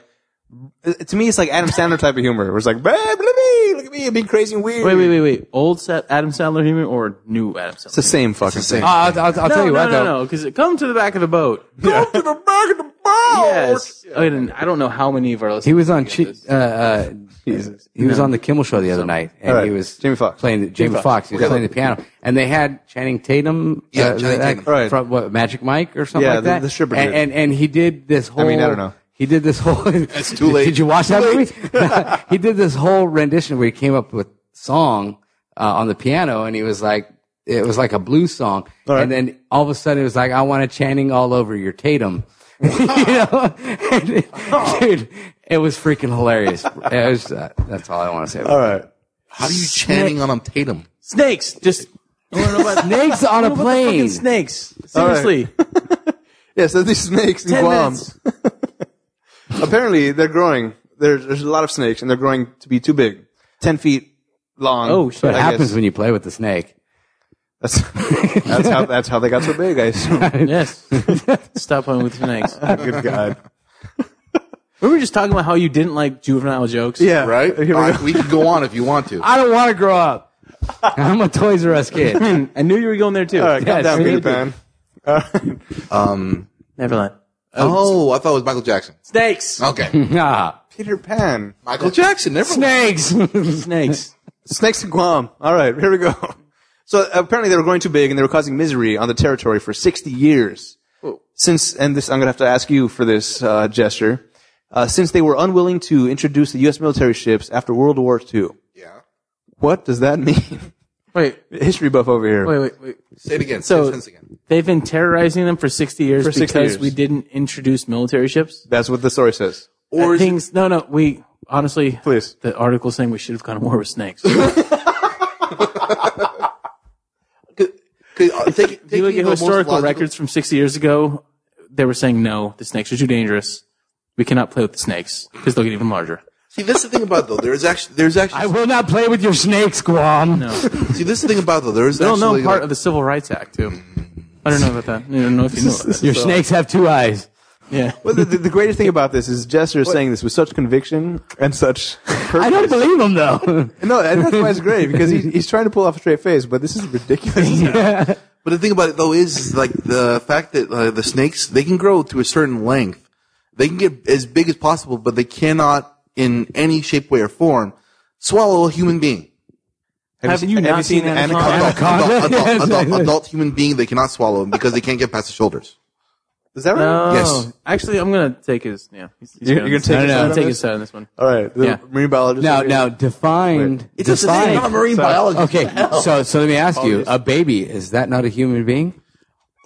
to me, it's like Adam Sandler type of humor. Where it's like, babe, look at me, look at me, I'm being crazy and weird. Wait, wait, wait, wait. Old Sa- Adam Sandler humor or new Adam Sandler? It's the same fucking thing. Uh, I'll, I'll, I'll no, tell you no, what no, though. no, because come to the back of the boat. Come to the back of the boat. Yes. I, mean, I don't know how many of our listeners. He was on. get Chi- this. uh, uh, He was on the Kimmel show the other night, and Alright, he was Jamie Foxx. playing the, Jamie Foxx. He was Yeah. playing the piano, and they had Channing Tatum. uh, Yeah, Channing Tatum. Alright. from what Magic Mike or something Yeah, like the- that. the stripper and, dude. and and he did this whole. mean, I don't know. He did this whole. It's too late. Did you watch Too that late. movie? he did this whole rendition where he came up with song uh, on the piano, and he was like, it was like a blues song, Alright. and then all of a sudden it was like, I want to Channing all over your Tatum. you know, And it- dude, it was freaking hilarious. It was, uh, that's all I want to say. All About right. How do you chanting on him Tatum? snakes. Just I wanna know about- it. Snakes on I a wanna know about the fucking plane. snakes. All right. Seriously. Yeah, so these snakes in Ten Guam. minutes. Apparently, they're growing. There's, there's a lot of snakes, and they're growing to be too big, ten feet long. Oh, shit. What I happens guess. when you play with the snake? That's, that's how that's how they got so big, I assume. yes. Stop playing with snakes. Good God. We were just talking about how you didn't like juvenile jokes. Yeah. Right? Here we All right, go. we can go on if you want to. I don't want to grow up. I'm a Toys R Us kid. I knew you were going there too. All right, calm Yes, down, we Peter need to- Pan. Neverland. oh, I thought it was Michael Jackson. Snakes. Okay. Nah. Peter Pan. Michael Jackson, never Snakes. Snakes. Snakes in Guam. All right, here we go. So apparently they were growing too big and they were causing misery on the territory for 60 years. Since, and this, I'm going to have to ask you for this uh, gesture. Uh, since they were unwilling to introduce the U.S. military ships after World War II. Yeah. What does that mean? Wait, History buff over here. wait, wait, wait. Say it again. So- Say it again. They've been terrorizing them for 60 years For 60 because years. we didn't introduce military ships. That's what the story says. Or things, no, no, we, honestly, Please. the article saying we should have gone to war with snakes. 'Cause, uh, take- if taking you look the at most historical logical- records from 60 years ago, they were saying, no, the snakes are too dangerous. We cannot play with the snakes because they'll get even larger. See, this is the thing about though. There's actually there's actually will not play with your snakes, Guam. see this is the thing about though. There's They'll know actually part like, of the Civil Rights Act, too. I don't know about that. I don't know if you know about that. Your snakes have two eyes. Yeah. Well, the, the, the greatest thing about this is Jester is saying this with such conviction and such. I don't believe them though. No, and that's why it's great because he, he's trying to pull off a straight face, but this is ridiculous. But the thing about it though is, is like the fact that uh, the snakes they can grow to a certain length. They can get as big as possible, but they cannot, in any shape, way, or form, swallow a human being. Have you not seen Anaconda? Adult, Anaconda? adult, Yes, adult, yes, yes. adult, adult human being they cannot swallow because they can't get past the shoulders. Is that right? No. Yes. Oh. Actually, I'm going to take his, yeah. He's, he's You're- you're gonna take his side I'm gonna on take this? his side on this one. All right. The Yeah. marine biologist. Now, over now here. defined. It's just a thing. I'm a marine biologist. Okay, so so let me ask you: a baby is that not a human being?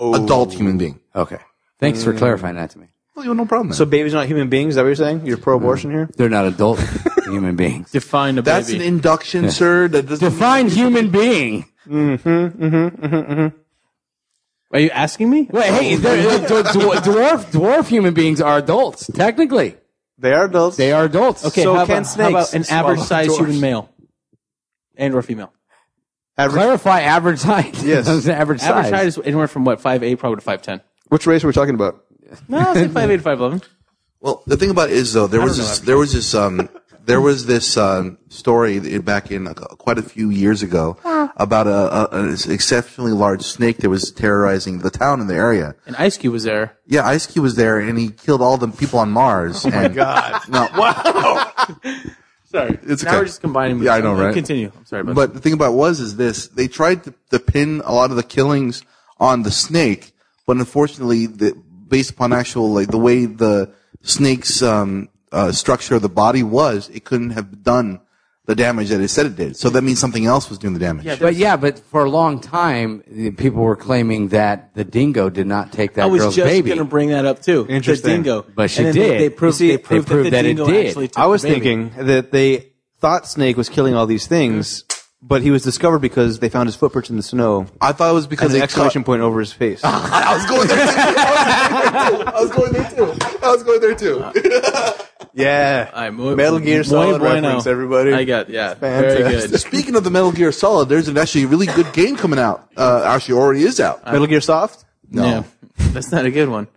Adult human being. Okay, thanks Mm. for clarifying that to me. Well, you have no problem. So babies are not human beings. Is that what you're saying? You're pro-abortion here. They're not adult human beings. Define a that's baby. an induction, sir. That doesn't Define human being. Are you asking me? Wait, hey, they're- they're- dwar- dwarf dwarf human beings are adults technically. They are adults. They are adults. Okay, So how, can about, how about snakes an swallow average sized dwarfs? human male and or female? Average- clarify average height. Yes. That's an average, Average size. height is anywhere from what, 5'8 probably to 5'10. Which race are we talking about? No, I said 5'8 to 5'11. Well, the thing about it is though, there was this, there was this, um, there was this um, story that- back in uh, quite a few years ago about a, a, an exceptionally large snake that was terrorizing the town in the area. And Ice Cube was there. Yeah, Ice Cube was there and he killed all the people on Mars. Oh my god! No, Sorry. It's now okay. we're just combining. Yeah, I know, right? Continue. I'm sorry about But the thing about it was is this: they tried to, to pin a lot of the killings on the snake, but unfortunately, the, based upon actual like the way the snake's um, uh, structure of the body was, it couldn't have done the damage that it said it did. So that means something else was doing the damage. Yeah, But yeah, but for a long time, the people were claiming that the dingo did not take that I was girl's just baby. going to bring that up too. Interesting. The dingo. But she and then did. They, they proved, You see, they proved, they proved that, that the it dingo did. actually took I was the baby. thinking that they thought Snake was killing all these things, but he was discovered because they found his footprints in the snow I thought it was because as they an cut- exclamation point over his face. I was going there. too. I was going there too. I was going there too. I was going there too. yeah. All right, muy- Metal Gear muy Solid bueno. reference, everybody. I got, yeah. Very Fantastic. good. Speaking of the Metal Gear Solid, there's an actually really good game coming out. Uh, actually, already is out. Metal Gear Soft. No. That's not a good one.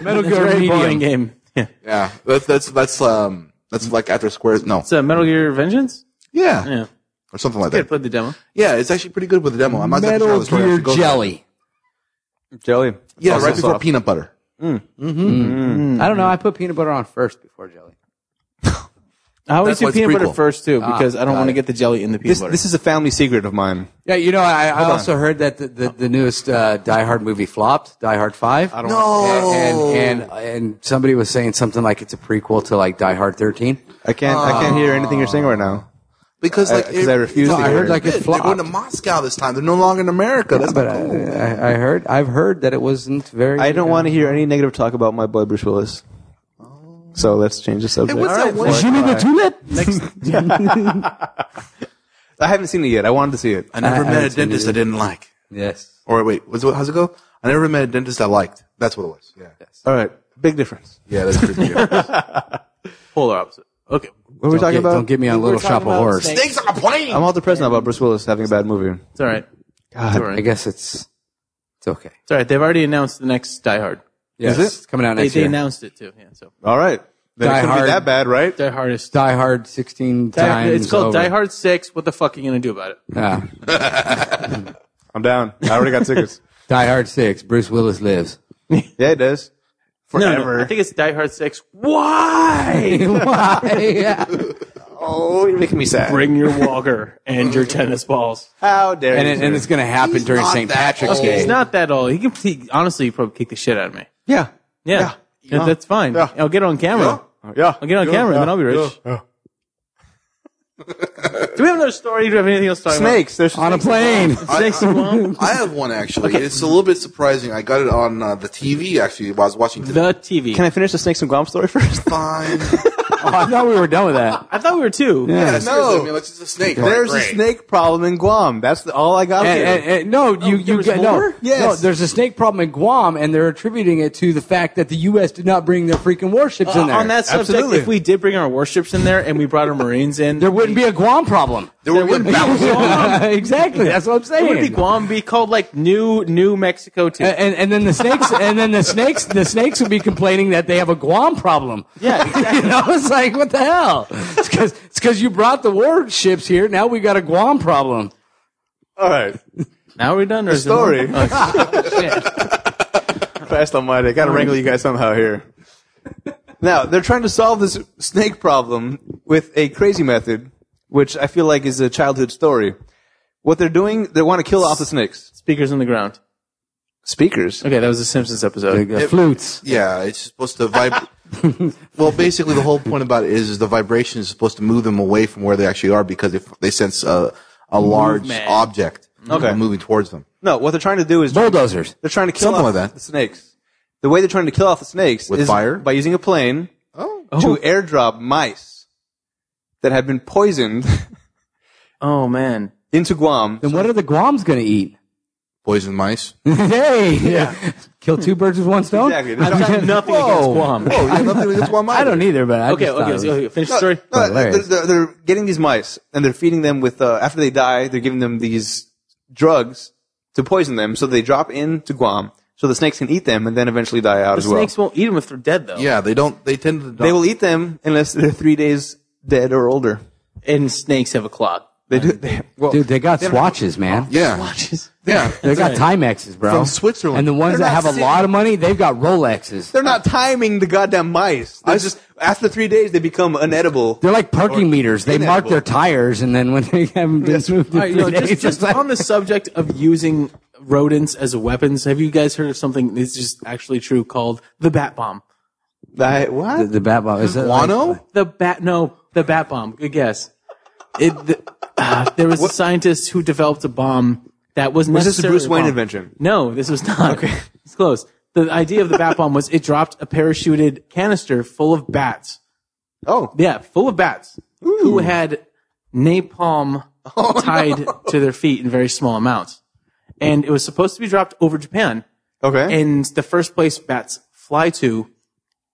Metal It's a very boring game. Yeah. Yeah, that's that's that's um that's like after Squares. No, It's uh, Metal Gear Vengeance? yeah, Yeah. or something like I that. played the demo. Yeah, it's actually pretty good with the demo. I'm not exactly sure how Metal the story Gear actually goes. Jelly. Jelly. Yeah, Also right before soft. peanut butter. I don't know. Mm-hmm. I put peanut butter on first before jelly. I always That's do why it's peanut butter prequel. first too because I don't want to get the jelly in the peanut This, butter. this is a family secret of mine. Yeah, you know, I, I also heard that the, the, the newest uh, Die Hard movie flopped, Die Hard Five. I don't No. And, and and somebody was saying something like it's a prequel to like Die Hard Thirteen. I can't. I can't hear anything you're saying right now. Because like, 'cause I refuse to I hear heard it. like It it they're going to flopped. Moscow this time. They're no longer in America. That's But not I, cool. I, I heard, I've heard that it wasn't very. I don't want to hear any negative talk about my boy Bruce Willis. So let's change the subject. what's that one- fine. Jimmy the Tulip. I haven't seen it yet. I wanted to see it. I never haven't met a seen dentist I it. didn't like. Yes. Or wait, was it, how's it go? I never met a dentist I liked. That's what it was. Yeah, All right, big difference. yeah, that's pretty good. polar opposite. Okay. What were we Don't talking get- about? Don't get me on Little Shop of talking about Horrors. snakes. Snakes on a plane. I'm all depressed now about Bruce Willis having a bad movie. It's all right. It's all right. I guess it's it's okay. It's all right. They've already announced the next Die Hard. Yes, it? it's coming out They, next they year. announced it too. Yeah. So All right, then Die it couldn't Hard. be that bad, right? Die Hard is. Die Hard sixteen Die, times. it's called over. Die Hard Six. What the fuck are you gonna do about it? Yeah. I'm down. I already got tickets. Die Hard six. Bruce Willis lives. Yeah, it does. No, Forever. no, I think it's Die Hard Six. Why? yeah. oh, you're making me sad. Bring your walker and your tennis balls. How dare And, you? it, and it's going to happen during not St. that Patrick's old. Day. He's not that old. He can he, honestly he'd probably kick the shit out of me. yeah. Yeah. Yeah, that's fine. Yeah. I'll get on camera. Yeah. I'll get on camera and then I'll be rich. Do we have another story? Do we have anything else to talk Snakes. There's on a plane. about? Snakes. alone? I have one actually. It's a little bit surprising. I got it on uh, the TV actually while I was watching today. the TV. Can I finish the snakes and guam story first? Fine. Oh, I thought we were done with that. I thought we were two. Yeah, No. seriously, I mean, it's just a snake. There's Great. a snake problem in Guam. That's the, all I got. And, here. and, and, no, you Oh, there you was get no. more? Yes. No, there's a snake problem in Guam, and they're attributing it to the fact that the U.S. did not bring their freaking warships in there. Uh, On that subject, Absolutely. if we did bring our warships in there and we brought our Marines in, there wouldn't be a Guam problem. There were good battles. exactly. That's what I'm saying. It would be Guam be called like New New Mexico too. A- And, and then the snakes, and then the snakes, the snakes would be complaining that they have a Guam problem. yeah, exactly. You know, it's like what the hell? It's because it's because you brought the warships here. Now we got a Guam problem. all right, now we're done. The story. Oh, Christ Almighty, I got to wrangle you guys somehow here. Now they're trying to solve this snake problem with a crazy method, which I feel like is a childhood story. What they're doing, they want to kill off the snakes. Speakers on the ground. Speakers. Okay, that was a Simpsons episode. The flutes. Yeah, it's supposed to vibrate. well, basically, the whole point about it is, is the vibration is supposed to move them away from where they actually are because if they sense a, a large Movement. object Okay. moving towards them. No, what they're trying to do is Bulldozers. they're trying to kill Something off like that. the snakes. The way they're trying to kill off the snakes With is fire? Oh. by using a plane to airdrop mice that had been poisoned Oh man, into Guam. Then what are the Guams going to eat? Poison mice. hey, kill two birds with one stone. Exactly. I've got nothing against Guam. Oh, you have nothing against one mice. I don't either, but I Okay, just thought okay, it was- so, okay, finish the story. No, they're, Hilarious. they're, they're getting these mice and they're feeding them with, uh, after they die, they're giving them these drugs to poison them so they drop into Guam so the snakes can eat them and then eventually die out The as well. snakes won't eat them if they're dead though. Yeah, they don't. They tend to. They will eat them unless they're three days dead or older. and snakes have a clock. They do, they, well, Dude, they got swatches, man. Yeah, yeah. They got Timexes, bro. From Switzerland. And the ones They're that not have a si- lot of money, they've got Rolexes. they're not timing the goddamn mice. They're just, after three days, they become unedible. They're like parking meters. They mark inedible. their tires, and then when they haven't been moved, in All right, you know, three days, just, it's just like- on the subject of using rodents as weapons, have you guys heard of something that's just actually true called the bat bomb? I, what? the, the bat bomb. Is that like- Guano? The bat, no, the bat bomb. Good guess. It, the, ah, there was a scientist who developed a bomb that was Was this a necessarily Bruce Wayne bomb. invention? No, this was not. Okay, it's close. The idea of the bat bomb was it dropped a parachuted canister full of bats. Oh, Yeah, full of bats who had napalm Oh, tied to their feet in very small amounts. And it was supposed to be dropped over Japan. okay. And the first place bats fly to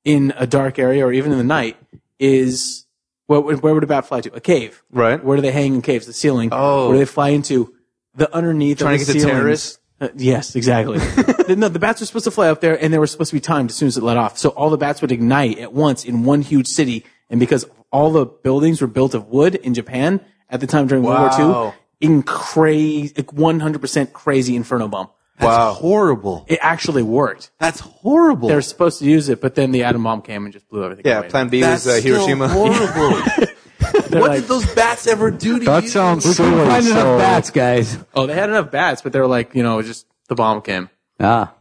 in a dark area or even in the night is where, where would a bat fly to? A cave. Right. Where do they hang in caves? The ceiling. Oh. Where do they fly into? The underneath Trying to of the get to ceilings. terrorists? Uh, yes, exactly. The- no, the bats were supposed to fly up there, and they were supposed to be timed as soon as it let off. So all the bats would ignite at once in one huge city, and because all the buildings were built of wood in Japan at the time during World War Wow. II, in crazy, one hundred percent crazy inferno bomb. Wow, horrible. It actually worked. That's horrible. They were supposed to use it, but then the atom bomb came and just blew everything. Yeah, away. plan B That's was uh, still Hiroshima. horrible. They're what like, did those bats ever do to you? That sounds silly. Find so- enough bats, guys. oh, they had enough bats, but they were like, you know, just the bomb came. Ah,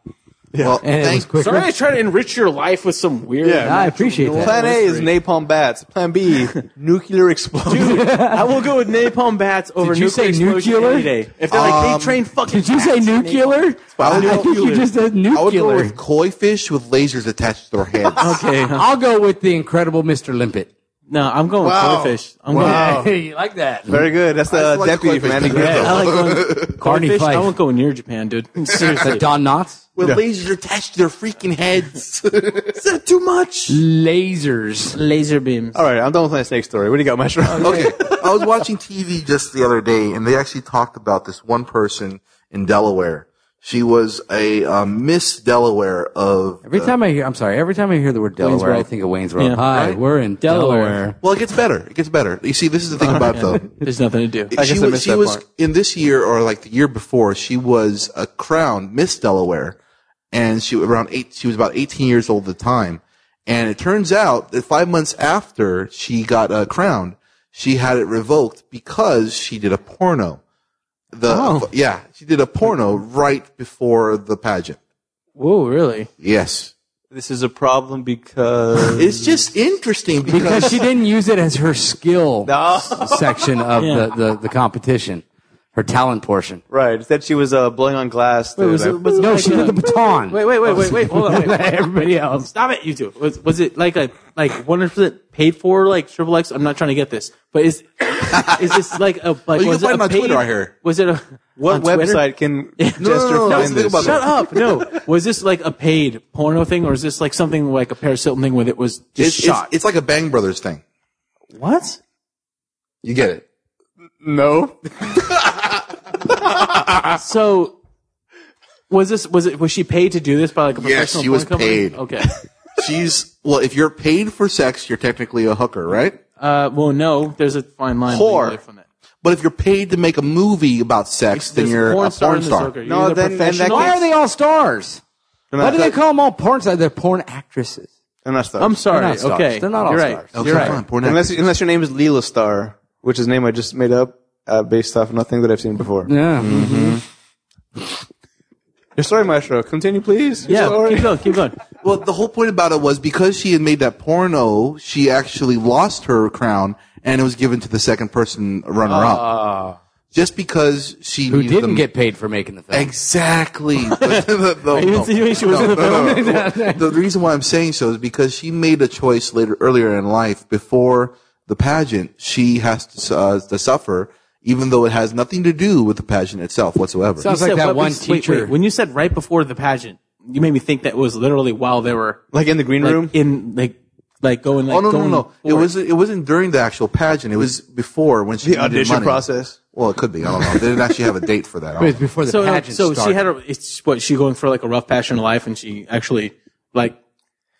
Well, and it was thank, quicker. Sorry, I try to enrich your life with some weird. Yeah. I appreciate that. Plan A is napalm bats. Plan B, nuclear explosion. I will go with napalm bats over Did you nuclear say explosion nuclear? any day. If they're like they train fucking. Did you say bats, nuclear? I I would go- think you just said I would go nuclear. with koi fish with lasers attached to their heads. napalm- Okay. I'll go with the incredible Mr. Limpet. No, I'm going Wow. with fish. I'm Wow. going. Hey, you like that? Very good. That's the still like deputy Clayface from Andy better. Griffith. I like going Barney fish. I Fife. won't go near Japan, dude. The Seriously. Don Knotts. with lasers attached to their freaking heads. Is that too much? Lasers. Laser beams. All right, I'm done with my snake story. What do you got, Maestro? okay. I was watching TV just the other day, and they actually talked about this one person in Delaware. She was a um, Miss Delaware of. Every time I hear, I'm sorry, every time I hear the word Delaware, I World. think of Wayne's World. Yeah. Hi, Right? we're in Delaware. Delaware. Well, it gets better. It gets better. You see, this is the thing about it, though. There's nothing to do. I guess she I was, missed she that was part. in this year or like the year before. She was a crown Miss Delaware, and she was around eight. She was about eighteen years old at the time, and it turns out that five months after she got uh, crowned, she had it revoked because she did a porno. The Oh. yeah, she did a porno right before the pageant. Whoa, really? Yes. This is a problem because It's just interesting because because she didn't use it as her skill s- section of the, the, the competition, her talent portion. right. It said she was uh, blowing on glass. to- No, she did the baton. Wait, wait, wait, wait, wait. Hold on. Wait. Everybody else. Stop it, you two. Was, was it like a like one hundred percent paid for like triple X? I'm not trying to get this, but is is this like a like you was can it find it a on paid, Twitter, I hear. Was it a what on Twitter? website can Jester no, find no, let's think this? about Shut up! No, was this like a paid porno thing, or is this like something like a Paris Hilton thing where it was it's, just it's, shot? it's like a Bang Brothers thing. what? You get it. No. So was this was it was she paid to do this by like a Yes, professional she was porn company? paid. Okay. She's well, if you're paid for sex, you're technically a hooker, right? Uh, well, no, there's a fine line Whore. legally from that. But if you're paid to make a movie about sex, then There's you're a porn and there's star. hooker. You're No, either then- then that professional- Why are they all stars? Why do they call them all porn stars? They're porn actresses. Unless, I'm sorry. They're not stars. Okay, They're not all You're stars. Right. You're right. fine, porn unless actor. unless your name is Leela Star, which is a name I just made up uh, based off nothing that I've seen before. Yeah. Your story, Maestro. Continue, please. Your Yeah, story. keep going, keep going. well, the whole point about it was because she had made that porno, she actually lost her crown and it was given to the second person runner up. Ah. Just because she Who needed didn't them- get paid for making the film? Exactly. The- the- You didn't no. see when she was in the film? No, no, no. the reason why I'm saying so is because she made a choice later, earlier in life, before the pageant, she has to, uh, to suffer, even though it has nothing to do with the pageant itself whatsoever. Sounds You like said that what- one wait, wait, teacher. when you said right before the pageant, you made me think that was literally while they were Like in the green like, room. in like like going like oh no, no, going no! It forward. was it wasn't during the actual pageant. It was before when she the needed audition money. process. Well, it could be. I don't know. They didn't actually have a date for It that. I don't was know. before the so, uh, pageant so she started. had a it's what she going for like a rough passion in life and she actually like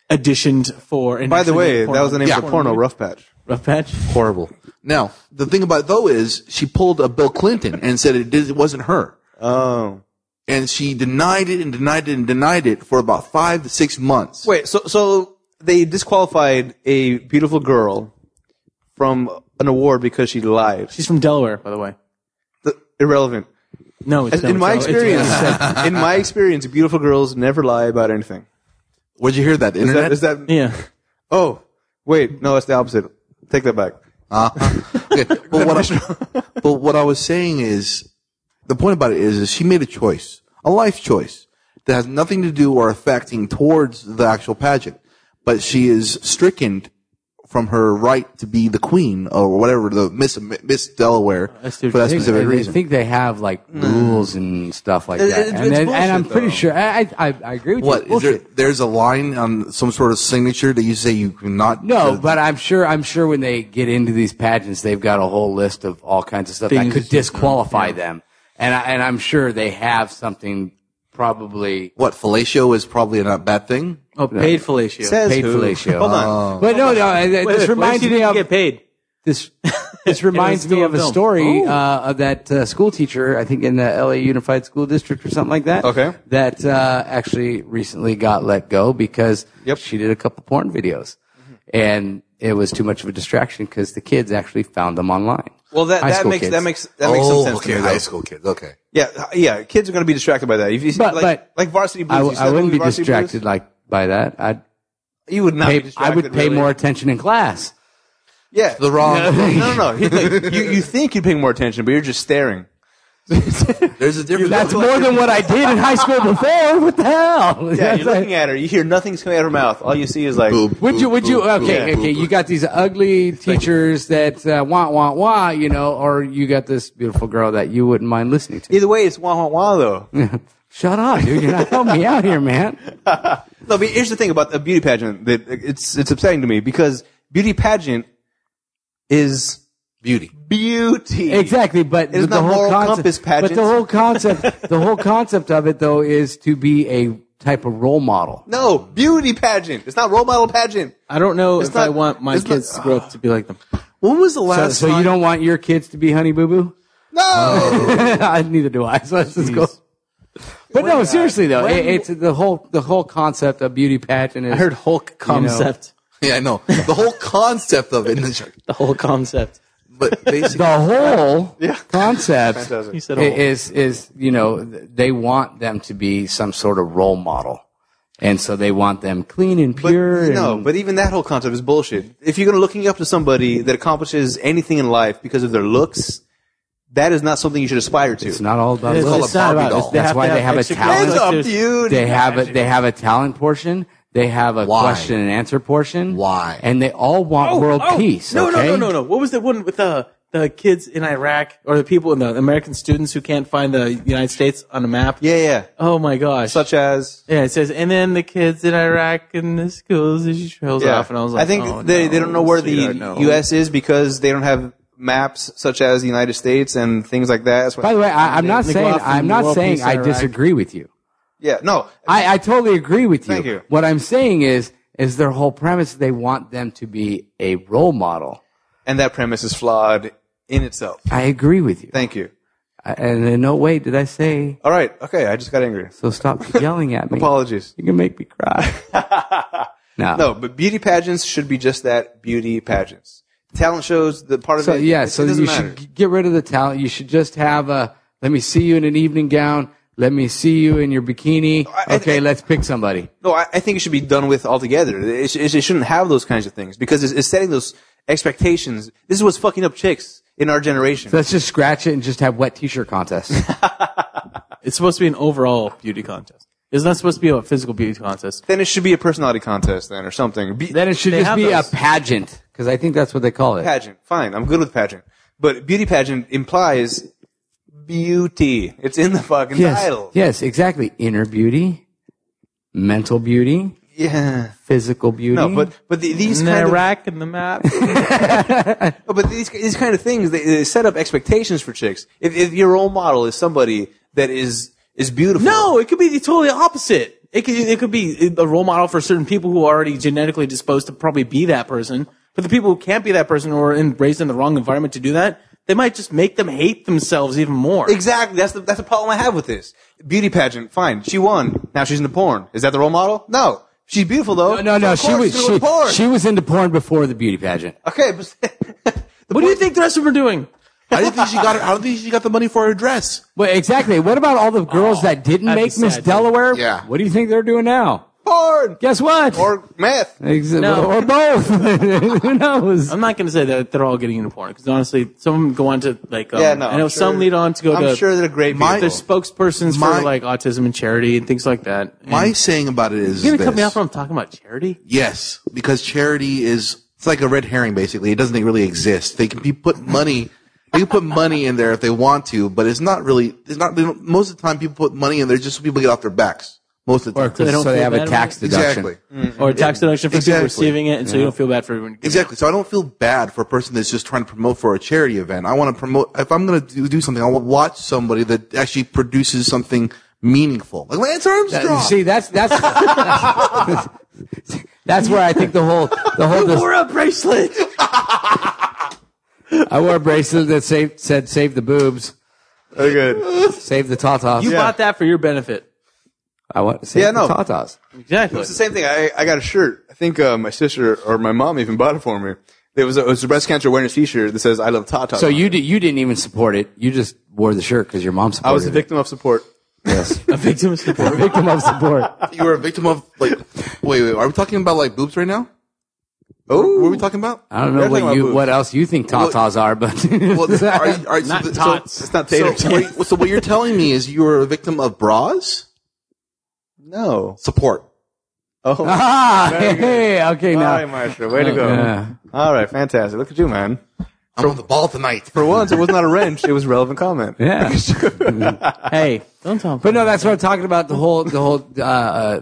auditioned for and By the actually made way, a that was the name Yeah. of the porno, Rough Patch. rough patch Horrible. Now the thing about it, though is she pulled a Bill Clinton and said it, did, it wasn't her, Oh. and she denied it and denied it and denied it for about five to six months. Wait, so so they disqualified a beautiful girl from an award because she lied. she's from Delaware by the way She's irrelevant. no it's As- in no, my it's- experience, it's- in my experience, beautiful girls never lie about anything. Where'd you hear that? Is Internet? that, is that? yeah Oh, wait, no, it's the opposite. Take that back. Okay, but, what I, but what I was saying is, the point about it is, is she made a choice, a life choice that has nothing to do or affecting towards the actual pageant, but she is stricken from her right to be the queen or whatever the Miss Miss Delaware see for what that I specific think- I reason. think they have like rules and stuff like It- that. it- and, it's then- and I'm bullshit, pretty though. sure I, I I I agree with you. what It's is there? bullshit. There's a line on some sort of signature that you say you cannot. No, uh, but I'm sure I'm sure when they get into these pageants, they've got a whole list of all kinds of stuff Things that could that you- disqualify them, and I, and I'm sure they have something probably what fellatio is probably not a bad thing. oh paid fellatio Says paid who? fellatio. Hold Oh. on. But no, no, I- I- Wait, this wait, reminds she me didn't of get paid this this reminds still me a of a film. story Ooh. uh, of that uh, school teacher, I think in the LA Unified School District or something like that. Okay. That uh, actually recently got let go because Yep. Mm-hmm. she did a couple porn videos, and it was too much of a distraction because the kids actually found them online. Well, that, High that school makes kids. that makes that makes some sense. to me, though. school kids. Oh, Okay. Yeah, yeah. Kids are going to be distracted by that. If you see, But- like, but- like varsity blues, I, you w- see I that wouldn't movie, be Varsity Blues? distracted like by that. I'd You would not. pay, be I distracted, would pay really. more attention in class. Yeah, The wrong. No, no, no. He's like, you, you think you're paying more attention, but you're just staring. There's a difference. That's more than what I did in high school before. What the hell? Yeah, you're looking at her. You hear nothing's coming out of her mouth. All you see is like, Boob, Would you? boob, Would you? boob, Okay, boob, okay. boob. You got these ugly teachers that uh, wah wah wah, you know, or you got this beautiful girl that you wouldn't mind listening to. either way, it's wah wah wah though. no, Shut up, dude! You're not helping me out here, man. but here's the thing about a beauty pageant that it's it's upsetting to me because beauty pageant is beauty. beauty. Exactly, but It is the not whole moral compass concept, but pageants. the whole concept, the whole concept of it though, is to be a type of role model. No, beauty pageant. It's not role model pageant. I don't know It's if not- I want my it's not- kids' growth to be like them When was the So, last? so you time- don't want your kids to be Honey Boo Boo? No. Neither do I. So let's just go. But no, uh, seriously though, it, it's the whole the whole concept of beauty pageant. Is, I heard Hulk concept Yeah, I know the whole concept of it. is- the Hulk concept But basically, the whole concept you said i- is is you know th- they want them to be some sort of role model and so they want them clean and But, pure. no, and- but even that whole concept is bullshit. If you're going to looking up to somebody that accomplishes anything in life because of their looks, that is not something you should aspire to. it's not all about It's- looks. it's not about- it's- they That's have why to they have have a extra talent. classes. Hands up, dude. They have a they have a talent portion. They have a Why? question and answer portion. Why? And they all want world peace. Oh, No, okay? no, no, no, no. What was the one with the the kids in Iraq or the people in the American students who can't find the United States on a map? Yeah, yeah. Oh my gosh. Such as yeah, it says, and then the kids in Iraq and the schools, and she trails yeah. off, and I was like, think oh, they no, they don't know where dude, I the know. U.S. is because they don't have maps such as the United States and things like that. That's why- By the way, I, I'm not They go saying off and I'm not world saying peace in I Iraq. disagree with you. yeah, no, I, I totally agree with you. Thank you. What I'm saying is is their whole premise they want them to be a role model. and that premise is flawed in itself. I agree with you. Thank you. I- and in no way did I say All right, okay, I just got angry. so. Stop yelling at me. Apologies. You can make me cry. no. No, but beauty pageants should be just that beauty pageants. Talent shows, the part of So it. yeah, it so doesn't you matter. should g- get rid of the talent. You should just have a let me see you in an evening gown. Let me see you in your bikini. I- I- Okay, I- let's pick somebody. No, I, I think it should be done with altogether. It, sh- it, sh- it shouldn't have those kinds of things because it's, it's setting those expectations. This is what's fucking up chicks in our generation. Let's just scratch it and just have wet t-shirt contests. It's supposed to be an overall beauty contest. It's not supposed to be a physical beauty contest. then it should be a personality contest then or something. Be- then it should They just have be those. a pageant because I think that's what they call it. pageant. Fine, I'm good with pageant. But beauty pageant implies beauty. It's in the fucking yes, title. yes, exactly. Inner beauty, mental beauty, Yeah. physical beauty. No, but but the, these And kind of Iraq and the map. No, but these these kind of things they, they set up expectations for chicks. If, if your role model is somebody that is is beautiful, no, it could be the totally opposite. It could it could be a role model for certain people who are already genetically disposed to probably be that person. But the people who can't be that person or are in, raised in the wrong environment to do that, they might just make them hate themselves even more. exactly. That's the that's the problem I have with this beauty pageant. Fine, she won. Now she's into porn. Is that the role model? No, she's beautiful though. no, no, no, Of she course was she's into she, porn. she was into porn before the beauty pageant. okay, but What do you think the rest of them are doing? I didn't think she got. I don't think she got the money for her dress. Mm. Well, exactly. What about all the girls that didn't Oh, that'd be make Miss sad, dude. Delaware? Yeah. What do you think they're doing now? porn Guess what? or meth. Ex- No. Or both. Who knows? I'm not going to say that they're all getting into porn because honestly, some of them go on to like. Um, Yeah, no, I know I'm some sure- lead on to go I'm to. sure they're great. My- they're people. spokespersons My- for like autism and charity and things like that. And My saying about it is you gonna this. cut me off when I'm talking about charity? Yes, because charity is it's like a red herring. Basically, it doesn't really exist. They can be put money. They can put money in there if they want to, but it's not really. It's not. they don't- Most of the time, people put money in there just so people get off their backs. Most of the time. so they don't they feel have bad a about tax it? deduction. Exactly. Mm-hmm. Or tax deduction for people Exactly. receiving it, and so you don't feel bad for everyone. giving it. Exactly. So I don't feel bad for a person that's just trying to promote for a charity event. I want to promote. If I'm going to do, do something, I want to watch somebody that actually produces something meaningful, like Lance Armstrong. That- see, that's that's that's where I think the whole the whole. dis- a bracelet. I wore a bracelet that saved, said "Save the boobs, They're good. save the tatas." You bought that for your benefit. I want to save Yeah, the no. tatas. Exactly. It's the same thing. I, I got a shirt. I think uh, my sister or my mom even bought it for me. It was, a, it was a breast cancer awareness T-shirt that says "I love Tata." So you did, you didn't even support it. You just wore the shirt because your mom supported. I was a it. victim of support. Yes, A victim of support. victim of support. you were a victim of like. Wait, wait. Are we talking about like boobs right now? Oh, What were we talking about? I don't We're know talking what about you boobs. what else you think tatas are, but Well, are you, are, Not so, the- so- tots. It's not So, tater what you- so what you're telling me is you were a victim of bras No. support. Oh, ah, Very good. hey, okay, all now right, Maestro. Way to go. Yeah. All right, fantastic. Look at you, man. I'm on the ball tonight. For once, it was not a wrench. It was relevant comment. yeah. hey, don't tell But no, that's what I'm talking about. The whole, the whole, uh, uh,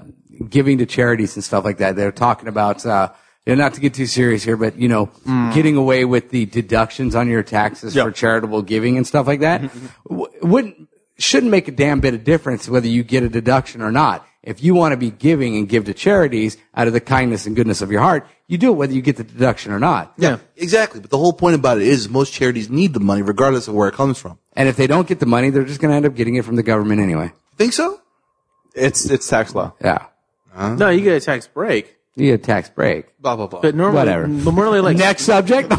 giving to charities and stuff like that. They're talking about, uh, you know, not to get too serious here, but you know, getting away with the deductions on your taxes for charitable giving and stuff like that W- wouldn't, shouldn't make a damn bit of difference whether you get a deduction or not. If you want to be giving and give to charities out of the kindness and goodness of your heart, you do it whether you get the deduction or not. Yeah. Exactly. But the whole point about it is most charities need the money regardless of where it comes from. And if they don't get the money, they're just going to end up getting it from the government anyway. Think so? It's it's tax law. Yeah. Uh-huh. No, you get a tax break. You get a tax break. Blah blah blah. But normally, Whatever. normally like Next subject.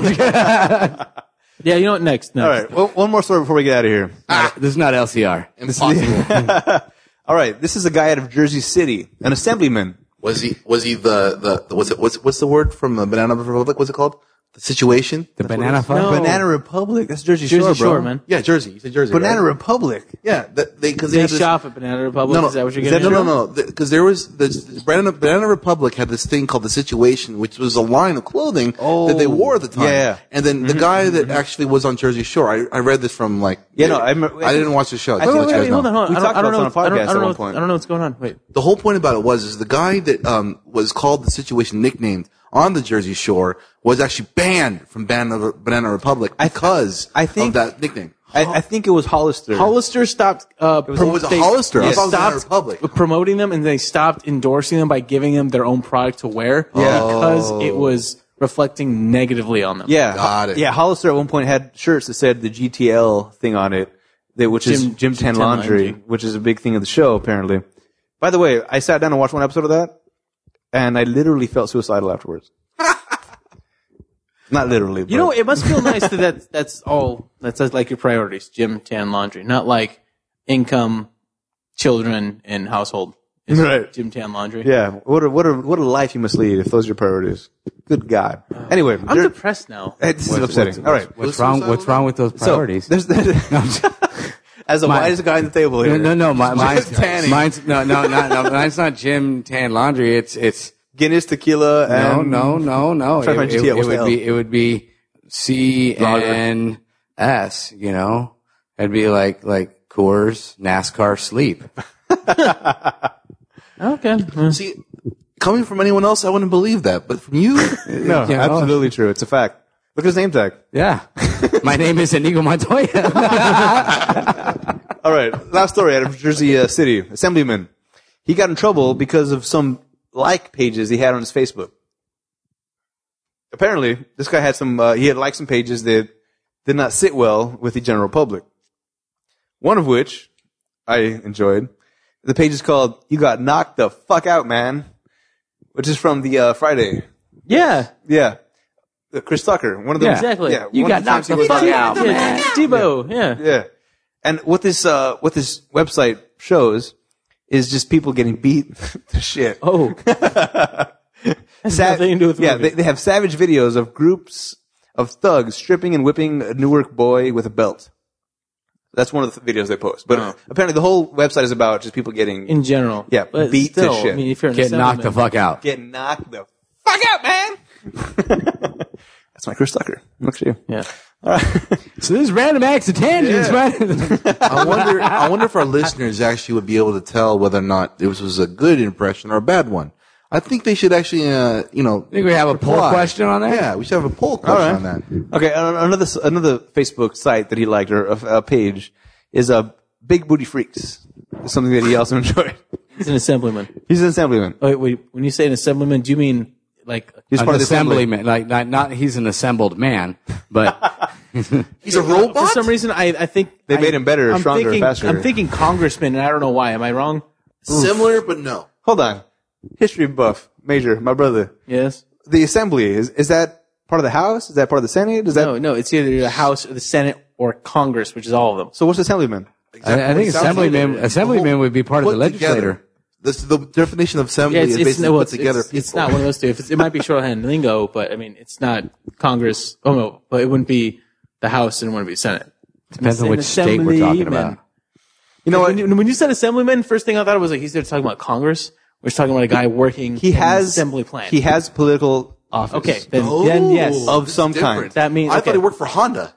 Yeah, you know what? Next, next. all right. Well, one more story before we get out of here. This is not LCR. Impossible. All right, this is a guy out of Jersey City, an assemblyman. Was he? Was he the the, the what's it? What's what's the word from the Banana Republic? What's it called? The situation. The banana Republic. phone. No. Banana Republic. That's Jersey, Jersey Shore, bro. Shore, man. Yeah, Jersey. You said Jersey. Banana right? Republic. Yeah, that, they because They had this- shop at Banana Republic. Is that what you're Is getting? that- at? No, no, no. Because there was the the Banana, Banana Republic had this thing called the Situation, which was a line of clothing that they wore at the time. yeah, yeah. And then the guy that actually was on Jersey Shore, I, I read this from like. Yeah, no, I remember- I didn't watch the show. I just think- to let you Wait, wait, guys know. hold on, hold on. We I don't, talked I don't about know. this on a I don't, I podcast don't at know one point. I don't know what's going on. Wait. The whole point about it was is the guy that um, was called the Situation nicknamed on the Jersey Shore was actually banned from Banana, Banana Republic because I think- of that nickname. I, I think it was Hollister. Hollister stopped. Uh, was- It was a Hollister. I Yeah. thought it was Banana stopped Republic. promoting them, and they stopped endorsing them by giving them their own product to wear because it was reflecting negatively on them. yeah, Got it. Yeah, Hollister at one point had shirts that said the GTL thing on it, that, which is Jim- Jim Jim Tan Tan Laundry, Laundry. which is a big thing of the show apparently. By the way, I sat down and watched one episode of that, and I literally felt suicidal afterwards. Not literally. You know, it must feel nice that that's, that's all. That's that's like your priorities: gym, tan, laundry. Not like income, children, and household. It's Right. Gym, tan, laundry. Yeah, what a what a what a life you must lead if those are your priorities. Good God. Anyway, I'm there- depressed now. eh, this is upsetting. All right, What's wrong? What's wrong with those priorities? there's, there's as the My- whitest guy on the table no, here. no, no. My, mine's Tanning. Mine's no, no, no, no. Mine's not gym tan laundry. It's it's Guinness, tequila, no, and no, no, no. Um, Try to find It, it- GTL. it What's the L? would be it would be C N S. You know, it'd be like like Coors, NASCAR, sleep. Okay. Mm. See, coming from anyone else, I wouldn't believe that, but from you, no, Yeah. absolutely true. It's a fact. Look at his name tag. Yeah. My name is Inigo Montoya. All right, last story out of Jersey uh, City. Assemblyman, he got in trouble because of some like pages he had on his Facebook. Apparently, this guy had some. Uh, he had liked some pages that did not sit well with the general public. One of which I enjoyed. The page is called "You Got Knocked the Fuck Out, Man," which is from the uh, Friday. Yeah. Yeah, Uh, Chris Tucker. One of the Yeah. Exactly. Yeah, you one got of the times knocked he the was fuck on- out. Yeah. Debo. Yeah. yeah. And what this uh, what this website shows is just people getting beat to shit. Oh. Sa- nothing to do with the yeah, movie. they, they have savage videos of groups of thugs stripping and whipping a Newark boy with a belt. That's one of the th- videos they post. But apparently, the whole website is about just people getting In general. Yeah, But beat to still, shit. I mean, if you're an Get knocked the assemblyman- fuck out. get knocked the fuck out, man. That's my Chris Tucker. Look at you. Yeah. So this is random acts of tangents, right? I wonder. I wonder if our listeners actually would be able to tell whether or not this was a good impression or a bad one. I think they should actually, uh, you know, Think we have a poll reply. question on that? Yeah, we should have a poll question on that. Okay, an- another s- another Facebook site that he liked or a, a page is uh, Big Booty Freaks. Something that he also enjoyed. He's an assemblyman. He's an assemblyman. Oh, wait, wait. When you say an assemblyman, do you mean like He's An part of the assembly. assemblyman, like not, not he's an assembled man, but He's a robot. For some reason, I, I think They I- made him better, stronger, thinking, faster. I'm thinking congressman, and I don't know why. Am I wrong? Similar, but no. Hold on, history buff major, my brother. Yes. The assembly is is that part of the House? Is that part of the Senate? Is that No, no. It's either the House or the Senate or Congress, which is all of them. so? What's assemblyman? I, I think assemblyman, assemblyman would be part of the Put together. legislator. This, the definition of assembly Yeah, it's, is it's, basically no, put it's, together it's, it's people. not one of those two. If it's, it might be shorthand lingo, but I mean, it's not Congress. Oh no, but it wouldn't be the House and it wouldn't be Senate. Depends on An which state we're talking assemblyman. about. You know, when you, when you said assemblyman, first thing I thought was like he's there talking about Congress. We're talking about a guy working. He in an has assembly plant. He has political office. Okay, then, Oh. then yes. of some Different. kind. That means- I okay. thought he worked for Honda.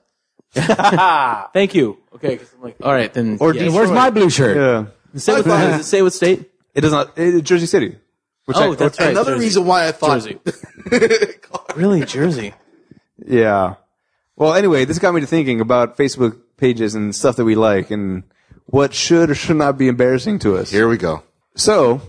Thank you. Okay, 'cause I'm like, all right, then. Or Detroit. Where's my blue shirt? Yeah, Say what, does it say what state? it does not. It, Jersey City. Which Oh, I- that's right. Another Jersey. reason why I thought Jersey. really, Jersey. Yeah. Well, anyway, this got me to thinking about Facebook pages and stuff that we like and what should or should not be embarrassing to us. Here we go. So,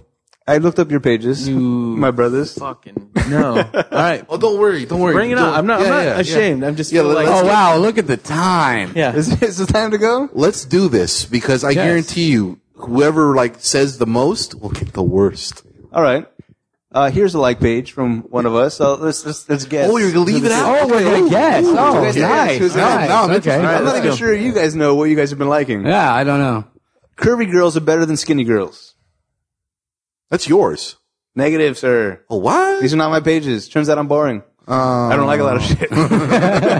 I looked up your pages, my brothers. Fucking no. All right, Oh, don't worry. Don't worry. bring it Don't- up. I'm not. Yeah, I'm not yeah, yeah. ashamed. I'm just Yeah, feel let- like. Oh wow, look at the time. yeah. Is, is it time to go? Let's do this because I guarantee you, whoever like says the most will get the worst. All right. Uh, here's a like page from one of us. So let's let's, let's guess. Oh, you're gonna leave it out. Oh, we're gonna guess. Oh, nice. Who's nice. it? No, I'm Okay. I'm not even sure you guys know what you guys have been liking. Yeah, I don't know. curvy girls are better than skinny girls. That's yours. Negative, sir. Oh, what? These are not my pages. Turns out I'm boring. Um. I don't like a lot of shit.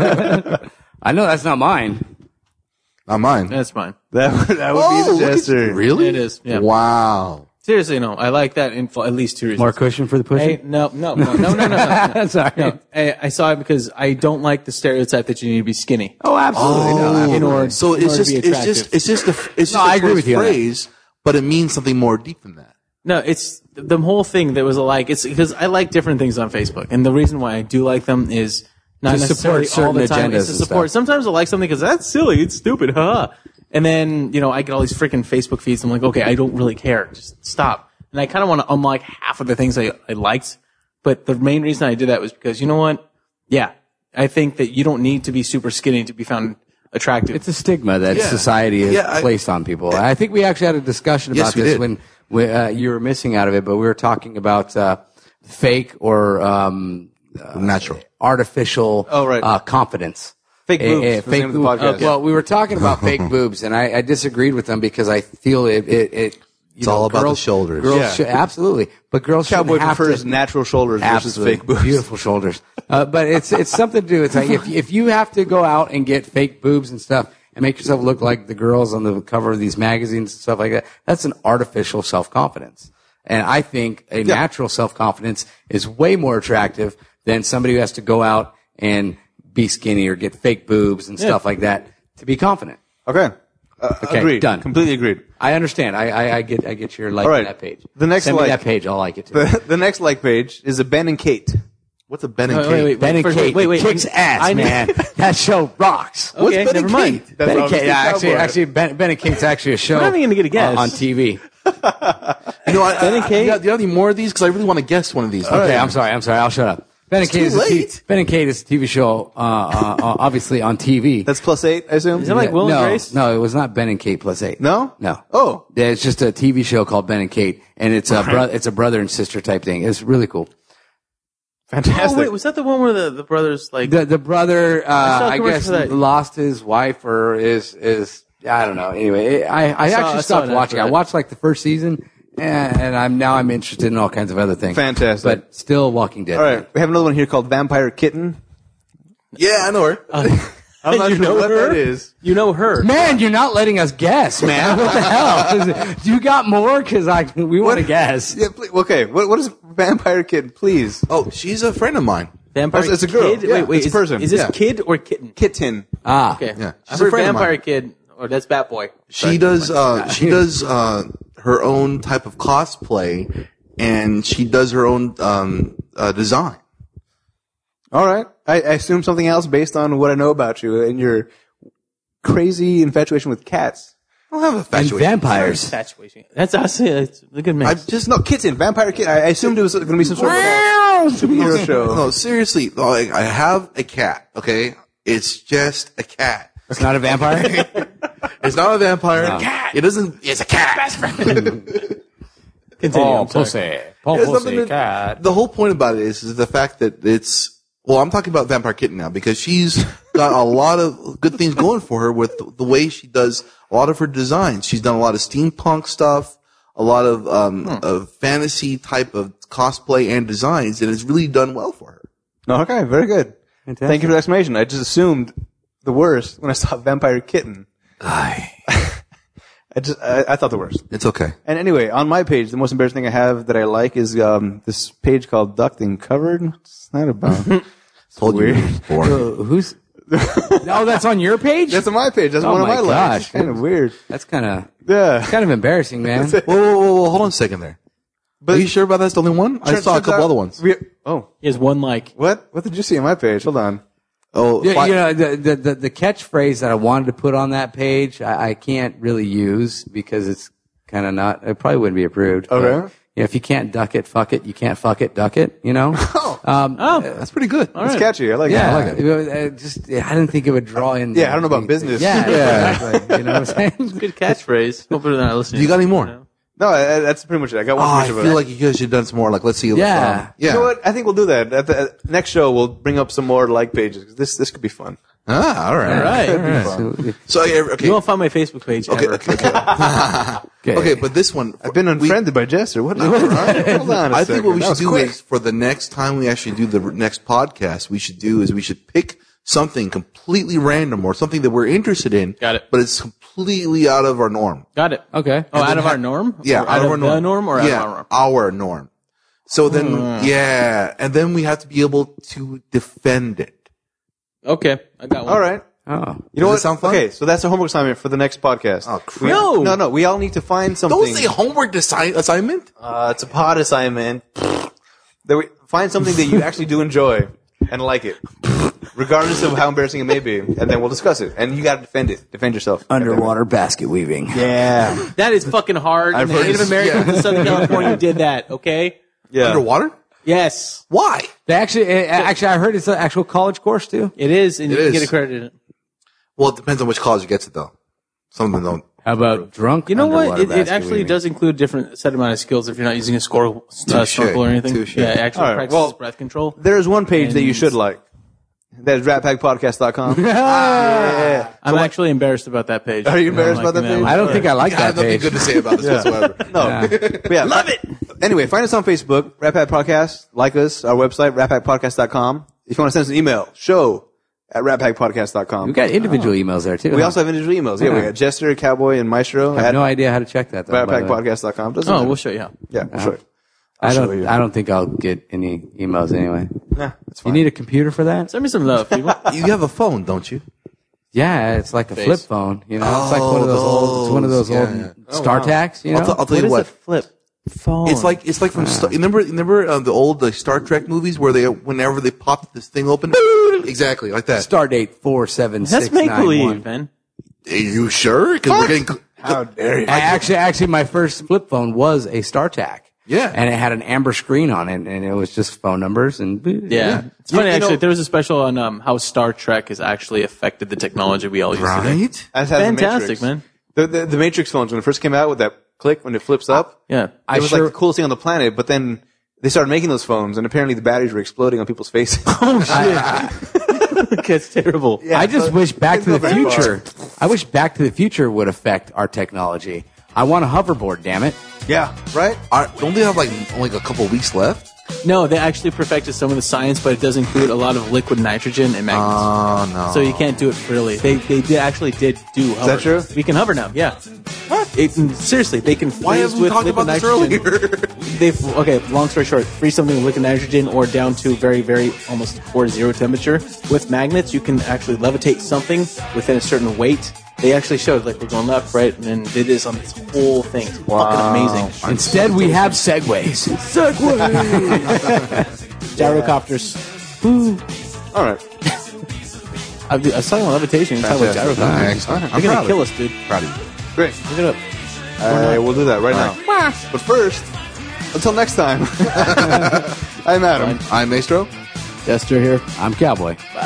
I know that's not mine. Not mine. That's fine. that would, that would Oh, be look the at gesture. Really? It is. Yeah. Wow. Seriously, no. I like that in for at least two reasons. More cushion for the Hey, pushing? no, no, no, no, no, no. no. Sorry. No, I, I saw it because I don't like the stereotype that you need to be skinny. Oh, absolutely. Oh. in order- so in it's order to just, be it's attractive. just, it's just, a, it's just No, a I agree first with you on that. phrase, but it means something more deep than that. No, it's the whole thing that was like it's because I like different things on Facebook, and the reason why I do like them is not To necessarily support all the time. certain agendas It's to and support. Sometimes I like something because that's silly, it's stupid, huh? And then you know I get all these freaking Facebook feeds. I'm like, okay, I don't really care. Just stop. And I kind of want to unlike half of the things I, I liked, but the main reason I did that was because you know what? Yeah, I think that you don't need to be super skinny to be found attractive. It's a stigma that society has Yeah, I- placed on people. I think we actually had a discussion about Yes, we this did. when when, uh, you were missing out of it, but we were talking about uh, fake or um, uh, Natural. artificial Oh, right. uh, confidence. Fake Eh, boobs eh, was the fake name of the boob- podcast. Well, we were talking about fake boobs, and I, I disagreed with them because I feel it. it, it you it's all about the shoulders. Girls Yeah. should- absolutely, but girls Cowboy shouldn't have prefers to, natural shoulders Absolutely. versus fake boobs. Beautiful shoulders. Uh, but it's it's something to do. It's like if if you have to go out and get fake boobs and stuff and make yourself look like the girls on the cover of these magazines and stuff like that, that's an artificial self confidence. And I think a natural self confidence is way more attractive than somebody who has to go out and be skinny or get fake boobs and stuff like that to be confident. Okay. Uh, Okay, agreed. done. Completely agreed. I understand. I, I, I get I get your like All right. that page. The next Send me like- that page. I'll like it too. The, the next like page is abandon Kate. What's a Ben and Wait, Kate? wait, wait, Ben and first- Kate wait, wait, kicks I- ass, I- man. that show rocks. Okay, Ben never and mind. That's Kate? ben and obviously Kate, yeah, actually, Cowboy. actually, Ben, ben and Kate's actually a show. I'm not even gonna get a guess. uh, on TV. You know, I, Ben and I- Kate? I- do you have- do you have any more of these? Because I really want to guess one of these. Okay, I'm sorry, I'm sorry. I'll shut up. Ben and Kate too is a T- late. Ben and Kate is a TV show, uh, uh, uh, obviously on TV. That's plus eight, I assume. Is it like Will and no, Grace? no, it was not Ben and Kate plus eight. No? no. Oh. Yeah, it's just a TV show called Ben and Kate, and it's a bro- it's a brother and sister type thing. It's really cool. Oh fantastic. wait, was that the one where the, the brothers like? The the brother, uh, saw a I commercial guess, for that. lost his wife or is is I don't know. Anyway, I I, saw- I actually saw stopped that watching. for I that. watched like the first season, and, and I'm now I'm interested in all kinds of other things. Fantastic. but still Walking Dead. All right. We have another one here called Vampire Kitten. Yeah, I know her. I'm not You sure know what her? that is. you know her. Man, you're not letting us guess, man. What the hell? Is it- Do you got more? Because I we want to guess. Yeah, please, okay. What, what is Vampire Kitten, please? oh, she's a friend of mine. Vampire It's- it's a girl. Kid? Yeah, wait, wait, it's a is, person. Is this Yeah. kid or kitten? Kitten. Ah, Okay, Yeah. I She's a heard friend of vampire mine. kid, or that's Bat Boy. She does. Uh, she does uh, her own type of cosplay, and she does her own um, uh, design. All right. I, I assume something else based on what I know about you and your crazy infatuation with cats. I don't have a and infatuation. vampires. Infatuation. That's us. yeah, It's a good I mix. just No, kitten, vampire kitten. I I assumed it was going to be some sort of superhero show. No, seriously. Like, I have a cat. Okay, it's just a cat. It's not a vampire. It's not a vampire. It's a cat. It doesn't. It's a cat. Continue. I'm sorry. Paul It has nothing to- The whole point about it is, is the fact that it's. Well, I'm talking about Vampire Kitten now because she's got a lot of good things going for her with the, the way she does a lot of her designs. She's done a lot of steampunk stuff, a lot of um, of fantasy type of cosplay and designs, and it's really done well for her. No, okay, very good. Thank you for the explanation. I just assumed the worst when I saw vampire kitten. I just I, I thought the worst. It's okay. And anyway, on my page, the most embarrassing thing I have that I like is um, this page called "Ducked and Covered." What's that about? Told weird. you. it was boring. Who's? oh, that's on your page. That's on my page. That's Oh one of my my likes. gosh. Kind of weird. That's kind of Yeah. kind of embarrassing, man. whoa, whoa, whoa, whoa, hold on a second there. Are you sure about that's the only one? I saw a couple other ones. We- oh, He has one like. what? What did you see on my page? Hold on. Oh, Yeah, fi- you know the, the the the catchphrase that I wanted to put on that page, I, I can't really use because it's kind of not. It probably wouldn't be approved. but, Okay. You know, if you can't duck it, fuck it. You can't fuck it, duck it. You know. Oh. Um, Oh, that's pretty good. It's catchy. I like yeah, it. I just yeah, I didn't think it would draw in. Yeah, I don't know about business. Yeah, Yeah. exactly. You know what I'm saying? good catchphrase. Hope they're not listening. You got any more? No, I, I- that's pretty much it. I got one. Oh, I page of it. feel like you guys should have done some more. Like, let's see. let's, Yeah. um, yeah. You know what? I think we'll do that. At the at the next show, we'll bring up some more like pages. This this could be fun. Ah, all right. All right, all right. So, So okay, okay, You won't find my Facebook page okay, ever. okay, okay, okay. But this one, I've been unfriended by Jester. What? Hold on. a I think second. what we That should was do quick. is for the next time we actually do the r- next podcast, we should do is we should pick something completely random or something that we're interested in. Got it. But it's completely out of our norm. Got it. Okay. Oh, And out then of ha- our norm? Yeah, Or out, of, the norm or out yeah, of our norm? Our norm. So then, Hmm. yeah, and then we have to be able to defend it. Okay, I got one. All right. oh. You know Does it what? sound fun? Okay, so that's a homework assignment for the next podcast. Oh, crap. We- No. no, no. We all need to find something. Don't say homework assi- assignment. Uh, it's a pod assignment. that we find something that you actually do enjoy and like it, regardless of how embarrassing it may be, and then we'll discuss it. And you got to defend it. Defend yourself. Underwater basket weaving. Yeah. That is fucking hard. I've And the heard Native this- Americans yeah. in Southern California did that, okay? Yeah. Underwater? Yes, Why? They actually, eh, actually, I heard it's an actual college course too. it is, and It you is. can get accredited. Well, it depends on which college you get to, though. Some of them don't. How about drunk? You know what? It, it actually does include a different set amount of skills if you're not using a score, uh, Touche. snorkel or anything. Touche. Yeah, it actually All right, practices well- breath control. There is one page that you And- should like. That is ratpackpodcast.com. yeah. I'm actually embarrassed about that page. Are you I don't embarrassed about like that page? I don't think I like I have that nothing page. good to say about this whatsoever. No. But Oh. yeah. Love it. Anyway, find us on Facebook, Rat Pack Podcast. Like us, our website, ratpackpodcast.com. If you want to send us an email, show at ratpackpodcast.com. We got individual emails there too. We also have individual emails. Yeah, we got Jester, Cowboy, and Maestro I at have no idea how to check that. Though, by the way. ratpackpodcast.com. Doesn't Oh, matter. we'll show you how. Yeah, sure. I show don't. you. I don't think I'll get any emails anyway. Yeah, that's You fine. need a computer for that? Send me some love, people. You have a phone, don't you? Yeah, it's like a flip phone. You know, it's like one of those, old. It's one of those those, old yeah, Oh, yeah. StarTacs. You know, I'll, t- I'll tell you is what. a flip phone? It's like it's like from Star- remember remember uh, the old uh, Star Trek movies where they whenever they popped this thing open exactly like that. Stardate four seven that's six make nine believe, one. man. Are you sure? Because we're getting cl- How dare you? Actually, actually, my first flip phone was a StarTac. Yeah. and it had an amber screen on it, and it was just phone numbers and Yeah. It's funny, You- you actually. know- there was a special on um, how Star Trek has actually affected the technology we all use today. right. As has the Matrix. Fantastic, man. The, the the Matrix phones when it first came out with that click when it flips up. Yeah. I it was sure- like the coolest thing on the planet. But then they started making those phones, and apparently the batteries were exploding on people's faces. That's terrible. I just wish Back to go the very far. Future. I wish Back to the Future would affect our technology. I want a hoverboard, damn it! yeah, right. Are, don't they have like only a couple weeks left? No, they actually perfected some of the science, but it does include a lot of liquid nitrogen and magnets. Oh no. so you can't do it freely. They they did, actually did do. Hover. that true? We can hover now. Yeah. What? seriously, they can. Why freeze haven't we with talked liquid about this nitrogen. earlier? They okay. Long story short, freeze something with liquid nitrogen or down to very very almost or zero temperature with magnets. You can actually levitate something within a certain weight. They actually showed like we're going left, right, and then did this on this whole thing. It's fucking amazing. Instead, we have segways. Segway. Gyrocopters. All right. I was talking about levitation. I was talking about Fantastic. gyrocopters. Nice. I'm They're proud gonna of kill you. us, dude. Proud of you. Great. Look it up. Uh, we'll do that right now. But first, until next time, I'm Adam. I'm Maestro. Dester here. I'm cowboy. Bye.